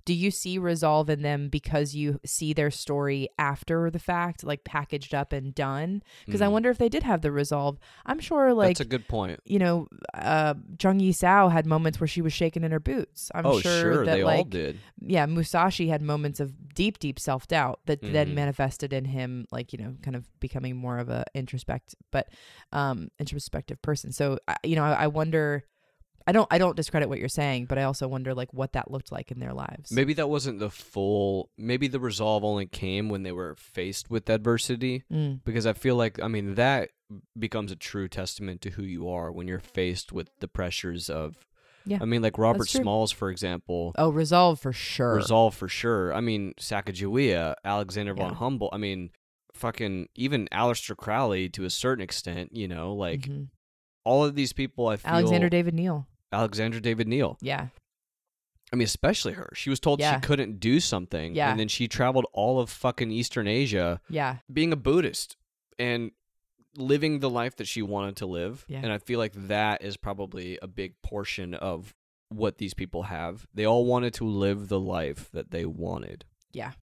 Speaker 2: Do you see resolve in them because you see their story after the fact, like packaged up and done? Because I
Speaker 3: Mm.
Speaker 2: wonder if they did have the resolve. I'm sure, like
Speaker 3: That's a good point.
Speaker 2: you know, uh, Jung Yi Sao had moments where she was shaking in her boots. I'm
Speaker 3: oh,
Speaker 2: sure,
Speaker 3: sure,
Speaker 2: that
Speaker 3: they
Speaker 2: like,
Speaker 3: all did.
Speaker 2: yeah, Musashi had moments of deep, deep self doubt that
Speaker 3: Mhm.
Speaker 2: then manifested in him, like you know, kind of becoming more of a introspect, but um, introspective person. So I you know, I, I wonder. I don't. I don't discredit what you're saying, but I also wonder like what that looked like in their lives.
Speaker 3: Maybe that wasn't the full. Maybe the resolve only came when they were faced with adversity.
Speaker 2: Mm,
Speaker 3: Because I feel like I mean that becomes a true testament to who you are when you're faced with the pressures of.
Speaker 2: Yeah,
Speaker 3: I mean, like Robert
Speaker 2: true.
Speaker 3: Smalls, for example.
Speaker 2: Oh, resolve for sure.
Speaker 3: Resolve for sure. I mean, Sacagawea, Alexander von
Speaker 2: Yeah.
Speaker 3: Humboldt. I mean, fucking even Aleister Crowley to a certain extent. You know, like
Speaker 2: Mhm.
Speaker 3: all of these people. I feel
Speaker 2: Alexander David Neal.
Speaker 3: Alexander David Neal.
Speaker 2: Yeah.
Speaker 3: I mean, especially her. She was told
Speaker 2: Yeah.
Speaker 3: she couldn't do something,
Speaker 2: Yeah.
Speaker 3: and then she traveled all of fucking Eastern Asia
Speaker 2: Yeah.
Speaker 3: being a Buddhist and living the life that she wanted to live.
Speaker 2: Yeah.
Speaker 3: And I feel like that is probably a big portion of what these people have. They all wanted to live the life that they wanted.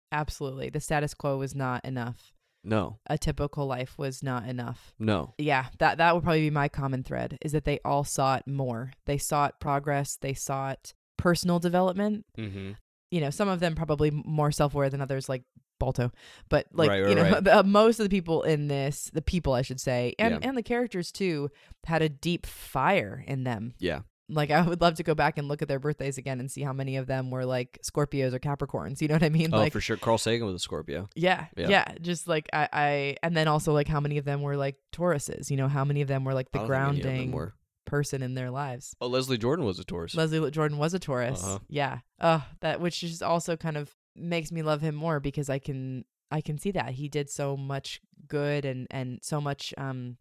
Speaker 2: Absolutely. The status quo was not enough.
Speaker 3: No,
Speaker 2: A typical life was not enough.
Speaker 3: no.
Speaker 2: yeah that that would probably be my common thread is that they all sought more they sought progress they sought personal development
Speaker 3: Mm-hmm.
Speaker 2: you know some of them probably m- more self-aware than others like balto but like
Speaker 3: Right, right,
Speaker 2: you know
Speaker 3: right.
Speaker 2: the, most of the people in this the people i should say and
Speaker 3: Yeah.
Speaker 2: and the characters too had a deep fire in them
Speaker 3: Yeah.
Speaker 2: like i would love to go back and look at their birthdays again and see how many of them were like scorpios or capricorns you know what i mean
Speaker 3: Oh,
Speaker 2: like
Speaker 3: for sure. Carl Sagan was a Scorpio.
Speaker 2: yeah,
Speaker 3: Yeah.
Speaker 2: yeah, Just like I, I, and then also like how many of them were like Tauruses? You know, how many of them were like
Speaker 3: I
Speaker 2: the
Speaker 3: don't think any of them
Speaker 2: grounding
Speaker 3: were.
Speaker 2: person in their lives?
Speaker 3: Oh, Leslie Jordan was a Taurus.
Speaker 2: Leslie L- Jordan was a Taurus.
Speaker 3: Uh-huh.
Speaker 2: Yeah. Uh, that which just also kind of makes me love him more because I can I can see that he did so much good and and so much um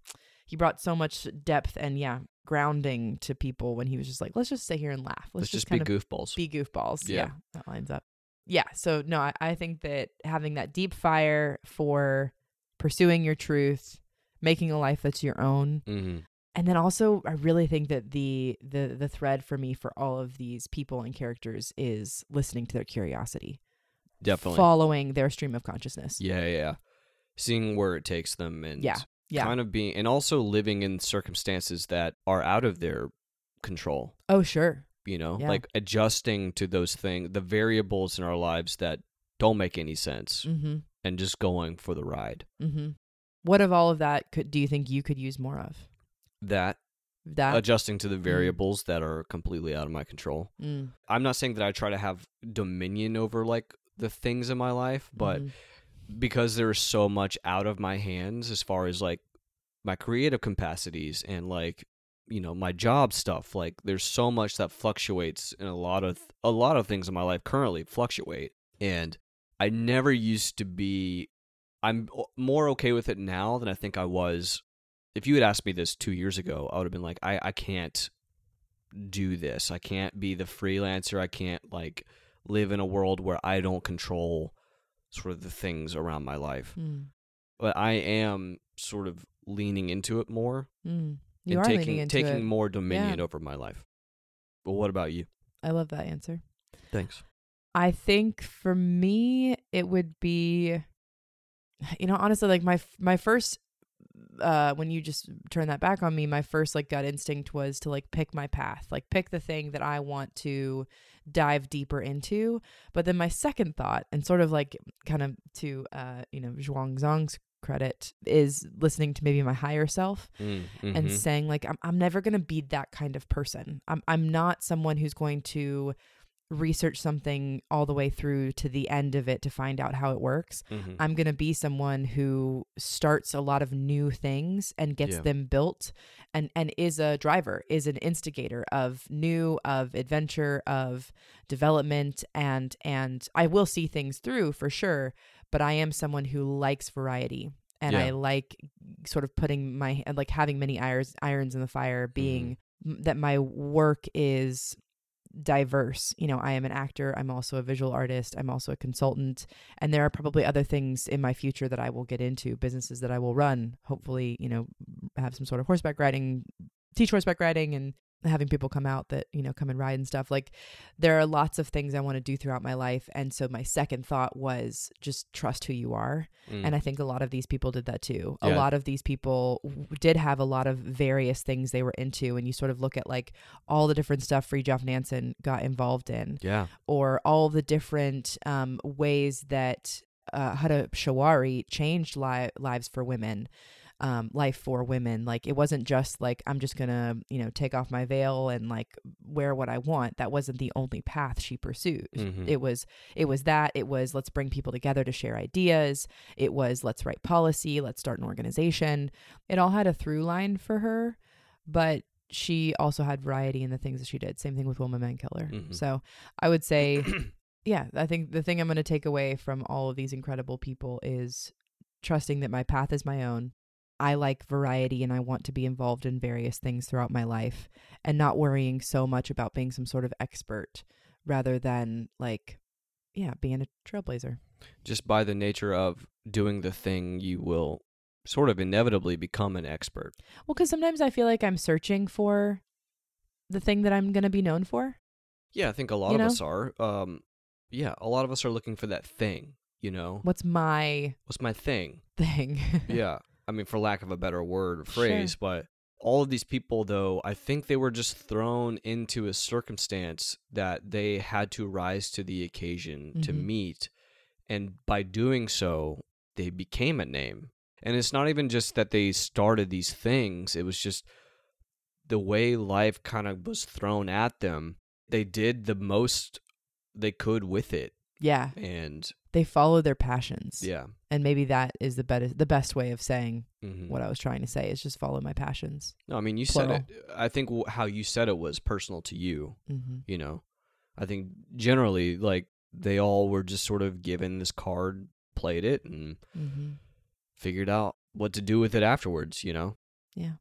Speaker 2: he brought so much depth and yeah grounding to people when he was just like let's just sit here and laugh let's,
Speaker 3: Let's just be
Speaker 2: kind of
Speaker 3: goofballs.
Speaker 2: be goofballs.
Speaker 3: Yeah.
Speaker 2: Yeah. That lines up. Yeah. So, no, I, I think that having that deep fire for pursuing your truth, making a life that's your own.
Speaker 3: mm-hmm.
Speaker 2: And then also, I really think that the, the, the thread for me for all of these people and characters is listening to their curiosity,
Speaker 3: Definitely.
Speaker 2: following their stream of consciousness.
Speaker 3: Yeah, yeah, yeah. Seeing where it takes them and
Speaker 2: Yeah, yeah.
Speaker 3: kind of being and also living in circumstances that are out of their control,
Speaker 2: Oh, sure.
Speaker 3: you know?
Speaker 2: Yeah.
Speaker 3: Like adjusting to those things, the variables in our lives that don't make any sense
Speaker 2: Mm
Speaker 3: and just going for the ride.
Speaker 2: mm-hmm. hmm. Mm hmm. What of all of that could do you think you could use more of?
Speaker 3: That
Speaker 2: that.
Speaker 3: adjusting to the variables that are completely out of my control.
Speaker 2: Mm,
Speaker 3: I'm not saying that I try to have dominion over like the things in my life, but
Speaker 2: mhm.
Speaker 3: because there is so much out of my hands as far as like my creative capacities and like you know my job stuff like there's so much that fluctuates and a lot of a lot of things in my life currently fluctuate and i never used to be i'm o- more okay with it now than i think i was if you had asked me this two years ago i would have been like i, I can't do this i can't be the freelancer i can't like live in a world where i don't control sort of the things around my life.
Speaker 2: Mm,
Speaker 3: But I am sort of leaning into it more
Speaker 2: mm. You
Speaker 3: and
Speaker 2: are
Speaker 3: taking
Speaker 2: leaning into
Speaker 3: taking
Speaker 2: it.
Speaker 3: more dominion over my life. But what about you?
Speaker 2: I love that answer.
Speaker 3: Thanks.
Speaker 2: I think for me it would be you know honestly like my f- my first uh when you just turn that back on me my first like gut instinct was to like pick my path like pick the thing that I want to dive deeper into but then my second thought and sort of like kind of to uh you know Zhuang Zong's credit is listening to maybe my higher self
Speaker 3: Mm, mm-hmm,
Speaker 2: and saying like I'm, I'm never going to be that kind of person I'm, I'm not someone who's going to research something all the way through to the end of it to find out how it works
Speaker 3: mm-hmm,
Speaker 2: i'm going to be someone who starts a lot of new things and gets
Speaker 3: Yeah.
Speaker 2: them built and and is a driver is an instigator of new of adventure of development and and i will see things through for sure but i am someone who likes variety and
Speaker 3: Yeah.
Speaker 2: i like sort of putting my and, like having many irons irons in the fire being m that my work is diverse you know i am an actor i'm also a visual artist i'm also a consultant and there are probably other things in my future that i will get into businesses that i will run hopefully you know have some sort of horseback riding teach horseback riding and having people come out that you know come and ride and stuff like there are lots of things i want to do throughout my life and so my second thought was just trust who you are
Speaker 3: mm.
Speaker 2: and I think a lot of these people did that too. A
Speaker 3: Yeah.
Speaker 2: lot of these people w- did have a lot of various things they were into. And you sort of look at like all the different stuff Free Jeff Nansen got involved in,
Speaker 3: yeah.
Speaker 2: or all the different um, ways that uh, Hada Shawari changed li- lives for women. Um, life for women like it wasn't just like i'm just gonna you know take off my veil and like wear what i want that wasn't the only path she pursued
Speaker 3: Mhm.
Speaker 2: it was it was that it was let's bring people together to share ideas it was let's write policy, let's start an organization. It all had a through line for her, but she also had variety in the things that she did. Same thing with Wilma Mankiller.
Speaker 3: Mhm.
Speaker 2: So I would say, yeah, I think the thing I'm going to take away from all of these incredible people is trusting that my path is my own. I like variety and I want to be involved in various things throughout my life and not worrying so much about being some sort of expert rather than like, yeah, being a trailblazer.
Speaker 3: Just by the nature of doing the thing, you will sort of inevitably become an expert.
Speaker 2: Well, because sometimes I feel like I'm searching for the thing that I'm going to be known for.
Speaker 3: Yeah, I think a lot
Speaker 2: You
Speaker 3: of
Speaker 2: know?
Speaker 3: us are. Um, yeah, a lot of us are looking for that thing. You know,
Speaker 2: What's my
Speaker 3: what's my thing?
Speaker 2: thing?
Speaker 3: yeah. I mean, for lack of a better word or
Speaker 2: Sure.
Speaker 3: phrase, but all of these people, though, I think they were just thrown into a circumstance that they had to rise to the occasion to
Speaker 2: Mhm.
Speaker 3: meet. And by doing so, they became a name. And it's not even just that they started these things, it was just the way life kind of was thrown at them. They did the most they could with it.
Speaker 2: yeah,
Speaker 3: And
Speaker 2: they follow their passions.
Speaker 3: yeah.
Speaker 2: And maybe that is the best the best way of saying
Speaker 3: Mhm.
Speaker 2: what I was trying to say is just follow my passions.
Speaker 3: No, I mean you
Speaker 2: Plural.
Speaker 3: said it. I think w- how you said it was personal to you.
Speaker 2: Mm-hmm.
Speaker 3: You know, I think generally like they all were just sort of given this card, played it, and
Speaker 2: Mm-hmm.
Speaker 3: figured out what to do with it afterwards. You know.
Speaker 2: Yeah.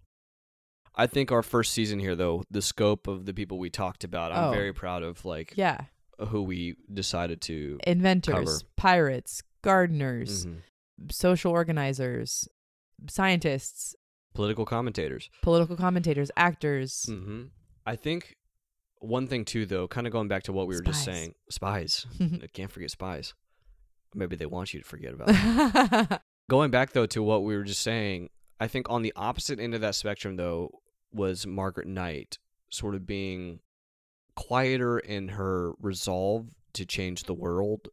Speaker 3: I think our first season here, though, the scope of the people we talked about, I'm
Speaker 2: Oh.
Speaker 3: very proud of, like
Speaker 2: Yeah,
Speaker 3: who we decided to.
Speaker 2: inventors,
Speaker 3: Cover.
Speaker 2: pirates, gardeners,
Speaker 3: Mhm.
Speaker 2: social organizers, scientists,
Speaker 3: Political commentators.
Speaker 2: political commentators, actors.
Speaker 3: hmm I think one thing too, though, kind of going back to what we were just
Speaker 2: Spies.
Speaker 3: saying, spies.
Speaker 2: Mm-hmm.
Speaker 3: I can't forget spies. Maybe they want you to forget about. them. Going back though to what we were just saying, I think on the opposite end of that spectrum though was Margaret Knight sort of being quieter in her resolve to change the world.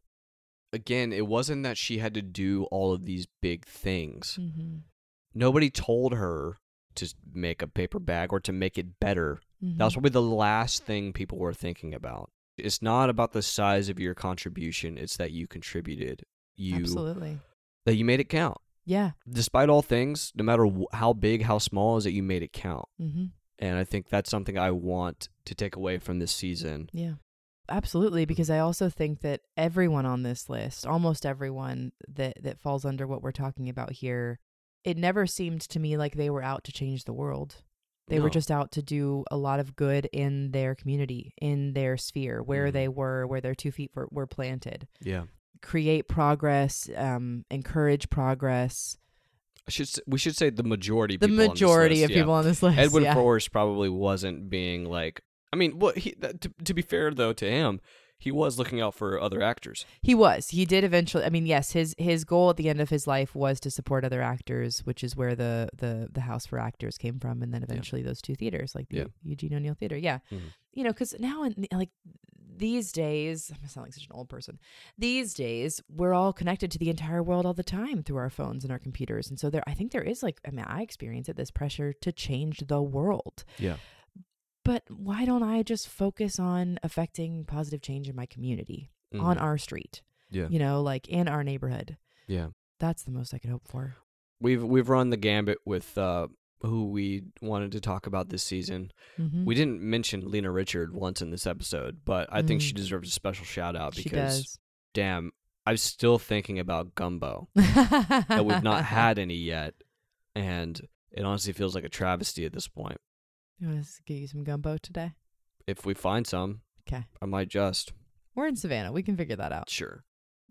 Speaker 3: Again, it wasn't
Speaker 2: Mm.
Speaker 3: that she had to do all of these big things.
Speaker 2: Mhm.
Speaker 3: Nobody told her to make a paper bag or to make it better. That was probably the last thing people were thinking about. It's not about the size of your contribution, it's that you contributed. You
Speaker 2: Mm-hmm. absolutely.
Speaker 3: that you made it count.
Speaker 2: Yeah.
Speaker 3: Despite all things, no matter wh- how big, how small, is that you made it count.
Speaker 2: Mm-hmm.
Speaker 3: And I think that's something I want to take away from this season.
Speaker 2: Yeah. Absolutely, because I also think that everyone on this list, almost everyone that that falls under what we're talking about here, it never seemed to me like they were out to change the world. They
Speaker 3: No.
Speaker 2: were just out to do a lot of good in their community, in their sphere, where
Speaker 3: Mhm.
Speaker 2: they were, where their two feet were, were planted.
Speaker 3: Yeah.
Speaker 2: Create progress, um, encourage progress.
Speaker 3: I should s- we should say the majority of
Speaker 2: The
Speaker 3: people on this
Speaker 2: majority
Speaker 3: list,
Speaker 2: of
Speaker 3: yeah.
Speaker 2: people on this list.
Speaker 3: Edwin
Speaker 2: yeah.
Speaker 3: Forrest probably wasn't being like I mean, what he that, to, to be fair though to him, he was looking out for other actors.
Speaker 2: He was. He did eventually. I mean, yes, his his goal at the end of his life was to support other actors, which is where the the the House for Actors came from, and then eventually those two theaters, like the
Speaker 3: Yeah.
Speaker 2: Eugene O'Neill Theater. Yeah,
Speaker 3: Mhm.
Speaker 2: you know, because now in like these days, I'm gonna sound like such an old person. These days, we're all connected to the entire world all the time through our phones and our computers, and so there, I think there is like, I mean, I experience it this pressure to change the world.
Speaker 3: Yeah.
Speaker 2: But why don't I just focus on affecting positive change in my community,
Speaker 3: Mm-hmm.
Speaker 2: on our street?
Speaker 3: Yeah.
Speaker 2: you know, like in our neighborhood.
Speaker 3: Yeah.
Speaker 2: That's the most I could hope for.
Speaker 3: We've we've run the gambit with uh who we wanted to talk about this season.
Speaker 2: Mm-hmm.
Speaker 3: We didn't mention Lena Richard once in this episode, but I think
Speaker 2: Mm.
Speaker 3: she deserves a special shout out
Speaker 2: she
Speaker 3: because
Speaker 2: does.
Speaker 3: damn, I'm still thinking about gumbo
Speaker 2: that
Speaker 3: that we've not had any yet, and it honestly feels like a travesty at this point.
Speaker 2: You want us to get you some gumbo today?
Speaker 3: If we find some,
Speaker 2: Okay.
Speaker 3: I might just
Speaker 2: We're in Savannah. We can figure that out.
Speaker 3: sure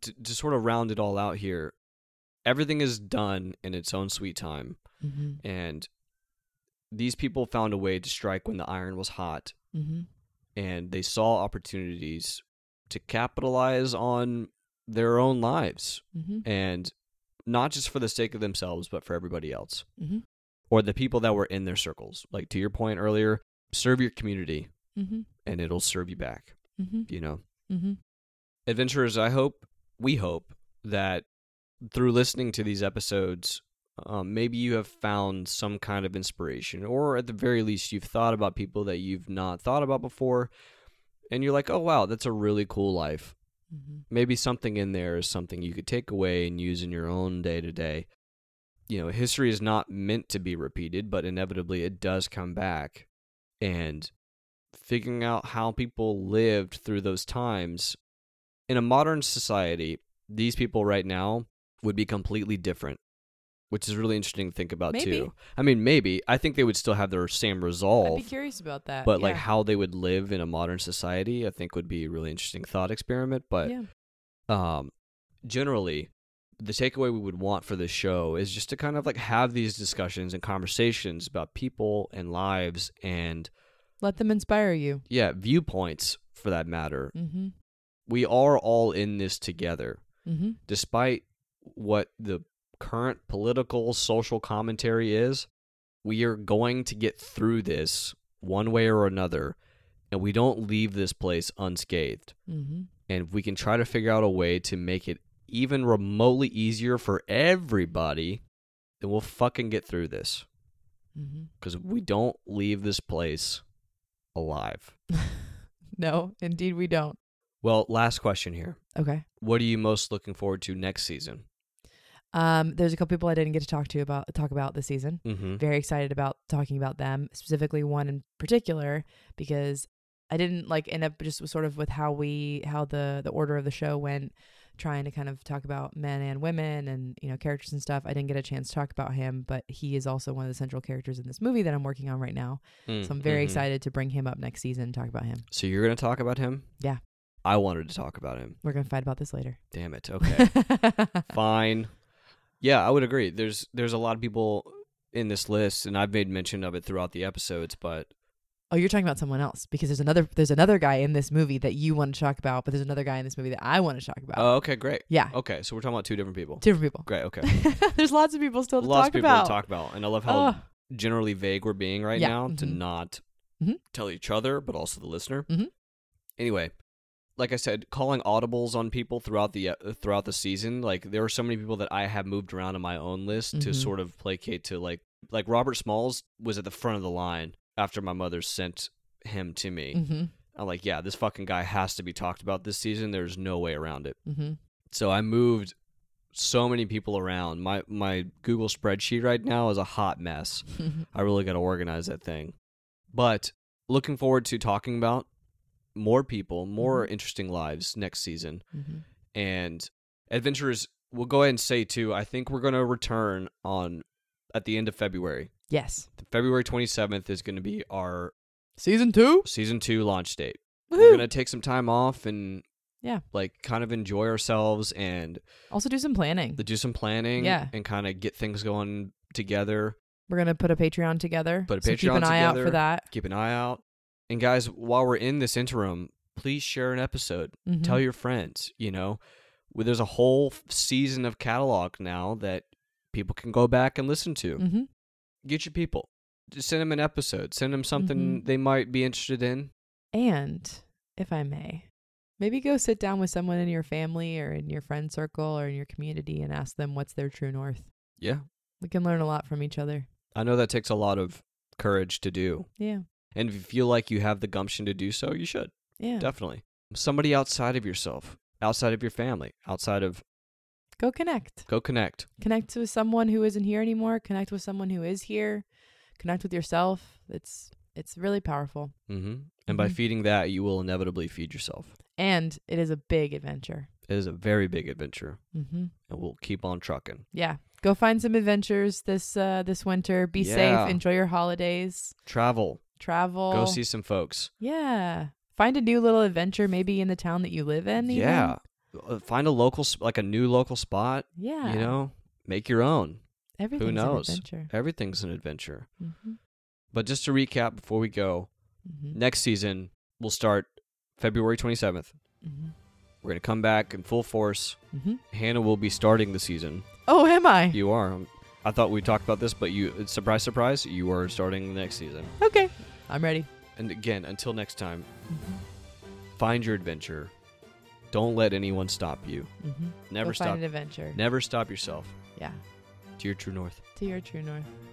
Speaker 3: to, to sort of round it all out here. Everything is done in its own sweet time,
Speaker 2: Mm-hmm.
Speaker 3: and these people found a way to strike when the iron was hot.
Speaker 2: Mm-hmm.
Speaker 3: and they saw opportunities to capitalize on their own lives
Speaker 2: Mm-hmm.
Speaker 3: and not just for the sake of themselves but for everybody else
Speaker 2: Mm-hmm.
Speaker 3: or the people that were in their circles like to your point earlier serve your community
Speaker 2: Mm-hmm.
Speaker 3: and it'll serve you back
Speaker 2: Mm-hmm.
Speaker 3: you know
Speaker 2: Mm-hmm.
Speaker 3: adventurers i hope we hope that through listening to these episodes um, maybe you have found some kind of inspiration or at the very least you've thought about people that you've not thought about before and you're like oh wow that's a really cool life
Speaker 2: Mm-hmm.
Speaker 3: maybe something in there is something you could take away and use in your own day to day you know history is not meant to be repeated but inevitably it does come back and figuring out how people lived through those times in a modern society, these people right now would be completely different, which is really interesting to think about
Speaker 2: Maybe.
Speaker 3: too. I mean, maybe I think they would still have their same
Speaker 2: I'd be
Speaker 3: resolve,
Speaker 2: curious about that.
Speaker 3: but like
Speaker 2: Yeah.
Speaker 3: how they would live in a modern society, I think would be a really interesting thought experiment. But
Speaker 2: yeah.
Speaker 3: um, generally, the takeaway we would want for this show is just to kind of like have these discussions and conversations about people and lives and
Speaker 2: Let them inspire you.
Speaker 3: yeah, viewpoints for that matter.
Speaker 2: Mm-hmm.
Speaker 3: We are all in this together.
Speaker 2: Mm-hmm.
Speaker 3: despite what the current political social commentary is, we are going to get through this one way or another, and we don't leave this place unscathed.
Speaker 2: Mm-hmm.
Speaker 3: And if we can try to figure out a way to make it even remotely easier for everybody, then we'll fucking get through this
Speaker 2: Mm-hmm.
Speaker 3: because we don't leave this place alive.
Speaker 2: no, indeed we don't.
Speaker 3: Well, last question here.
Speaker 2: Okay.
Speaker 3: What are you most looking forward to next season?
Speaker 2: Um, there's a couple people I didn't get to talk to about talk about this season.
Speaker 3: Mm-hmm.
Speaker 2: very excited about talking about them, specifically one in particular because I didn't like end up just sort of with how we how the the order of the show went trying to kind of talk about men and women and you know characters and stuff. I didn't get a chance to talk about him, but he is also one of the central characters in this movie that I'm working on right now. So I'm very excited to bring him up next season and talk about him.
Speaker 3: Mm, mm-hmm. So you're going to talk about him?
Speaker 2: Yeah.
Speaker 3: I wanted to talk about him.
Speaker 2: We're going to fight about this later.
Speaker 3: Damn it. Okay. Fine. Yeah, I would agree. There's there's a lot of people in this list and I've made mention of it throughout the episodes, but
Speaker 2: oh, you're talking about someone else because there's another there's another guy in this movie that you want to talk about, but there's another guy in this movie that I want to talk about.
Speaker 3: Oh, okay, great.
Speaker 2: yeah.
Speaker 3: Okay, so we're talking about two different people.
Speaker 2: Different people.
Speaker 3: Great, okay.
Speaker 2: There's lots of people still to
Speaker 3: Lots
Speaker 2: talk
Speaker 3: of people
Speaker 2: about.
Speaker 3: to talk about. And I love how
Speaker 2: Ugh.
Speaker 3: generally vague we're being right
Speaker 2: Yeah,
Speaker 3: now to
Speaker 2: mhm.
Speaker 3: not
Speaker 2: Mhm.
Speaker 3: tell each other, but also the listener.
Speaker 2: Mhm.
Speaker 3: Anyway, like I said, calling audibles on people throughout the uh, throughout the season, like there are so many people that I have moved around on my own list to
Speaker 2: Mhm.
Speaker 3: sort of placate to like Like Robert Smalls was at the front of the line after my mother sent him to me.
Speaker 2: Mm-hmm.
Speaker 3: I'm like, yeah, this fucking guy has to be talked about this season. There's no way around it.
Speaker 2: Mm-hmm.
Speaker 3: So I moved so many people around. My my Google spreadsheet right now is a hot mess.
Speaker 2: Mm-hmm.
Speaker 3: I really got to organize that thing. But looking forward to talking about more people, more interesting lives next season.
Speaker 2: mm-hmm.
Speaker 3: And adventurers, we'll go ahead and say too, I think we're going to return on at the end of February.
Speaker 2: Yes.
Speaker 3: February 27th is going to be our
Speaker 2: Season two.
Speaker 3: season 2 launch date we're
Speaker 2: Woohoo.
Speaker 3: gonna take some time off and
Speaker 2: Yeah.
Speaker 3: like kind of enjoy ourselves and
Speaker 2: Also do some planning.
Speaker 3: do some planning
Speaker 2: Yeah.
Speaker 3: and kind of get things going together
Speaker 2: We're gonna put a Patreon together.
Speaker 3: Put a
Speaker 2: so keep
Speaker 3: Patreon
Speaker 2: an eye out
Speaker 3: together.
Speaker 2: for that.
Speaker 3: keep an eye out and guys while we're in this interim please share an episode
Speaker 2: Mhm.
Speaker 3: tell your friends you know Well, there's a whole f- season of catalog now that people can go back and listen to
Speaker 2: Mhm.
Speaker 3: get your people just send them an episode send them something
Speaker 2: Mhm.
Speaker 3: they might be interested in
Speaker 2: And if I may, maybe go sit down with someone in your family or in your friend circle or in your community and ask them what's their true north.
Speaker 3: yeah
Speaker 2: We can learn a lot from each other.
Speaker 3: i know that takes a lot of courage to do
Speaker 2: Yeah.
Speaker 3: and if you feel like you have the gumption to do so you should
Speaker 2: Yeah.
Speaker 3: Definitely. Somebody outside of yourself, outside of your family, outside of
Speaker 2: Go connect.
Speaker 3: go connect.
Speaker 2: Connect with someone who isn't here anymore. Connect with someone who is here. Connect with yourself. It's it's really powerful.
Speaker 3: Mm-hmm. And by
Speaker 2: Mhm.
Speaker 3: feeding that, you will inevitably feed yourself.
Speaker 2: And it is a big adventure.
Speaker 3: It is a very big adventure,
Speaker 2: Mm-hmm.
Speaker 3: and we'll keep on trucking.
Speaker 2: Yeah. Go find some adventures this uh this winter. Be
Speaker 3: Yeah.
Speaker 2: safe. Enjoy your holidays.
Speaker 3: Travel,
Speaker 2: Travel.
Speaker 3: go see some folks.
Speaker 2: Yeah. Find a new little adventure maybe in the town that you live in. even.
Speaker 3: Yeah, Uh, find a local, sp- like a new local spot.
Speaker 2: Yeah.
Speaker 3: You know, make your own.
Speaker 2: everything's
Speaker 3: knows?
Speaker 2: an adventure.
Speaker 3: Everything's an adventure.
Speaker 2: Mhm.
Speaker 3: But just to recap before we go,
Speaker 2: Mhm.
Speaker 3: next season we'll start February 27th.
Speaker 2: Mhm.
Speaker 3: We're gonna come back in full force.
Speaker 2: Mhm.
Speaker 3: Hannah will be starting the season.
Speaker 2: Oh, am I?
Speaker 3: You are. I thought we talked about this, but you surprise, surprise, you are starting the next season.
Speaker 2: okay. I'm ready.
Speaker 3: And again, until next time,
Speaker 2: Mm-hmm.
Speaker 3: find your adventure. Don't let anyone stop you.
Speaker 2: Mhm.
Speaker 3: Never
Speaker 2: Go
Speaker 3: stop.
Speaker 2: find an adventure.
Speaker 3: Never stop yourself.
Speaker 2: yeah.
Speaker 3: To your true north.
Speaker 2: To your true north.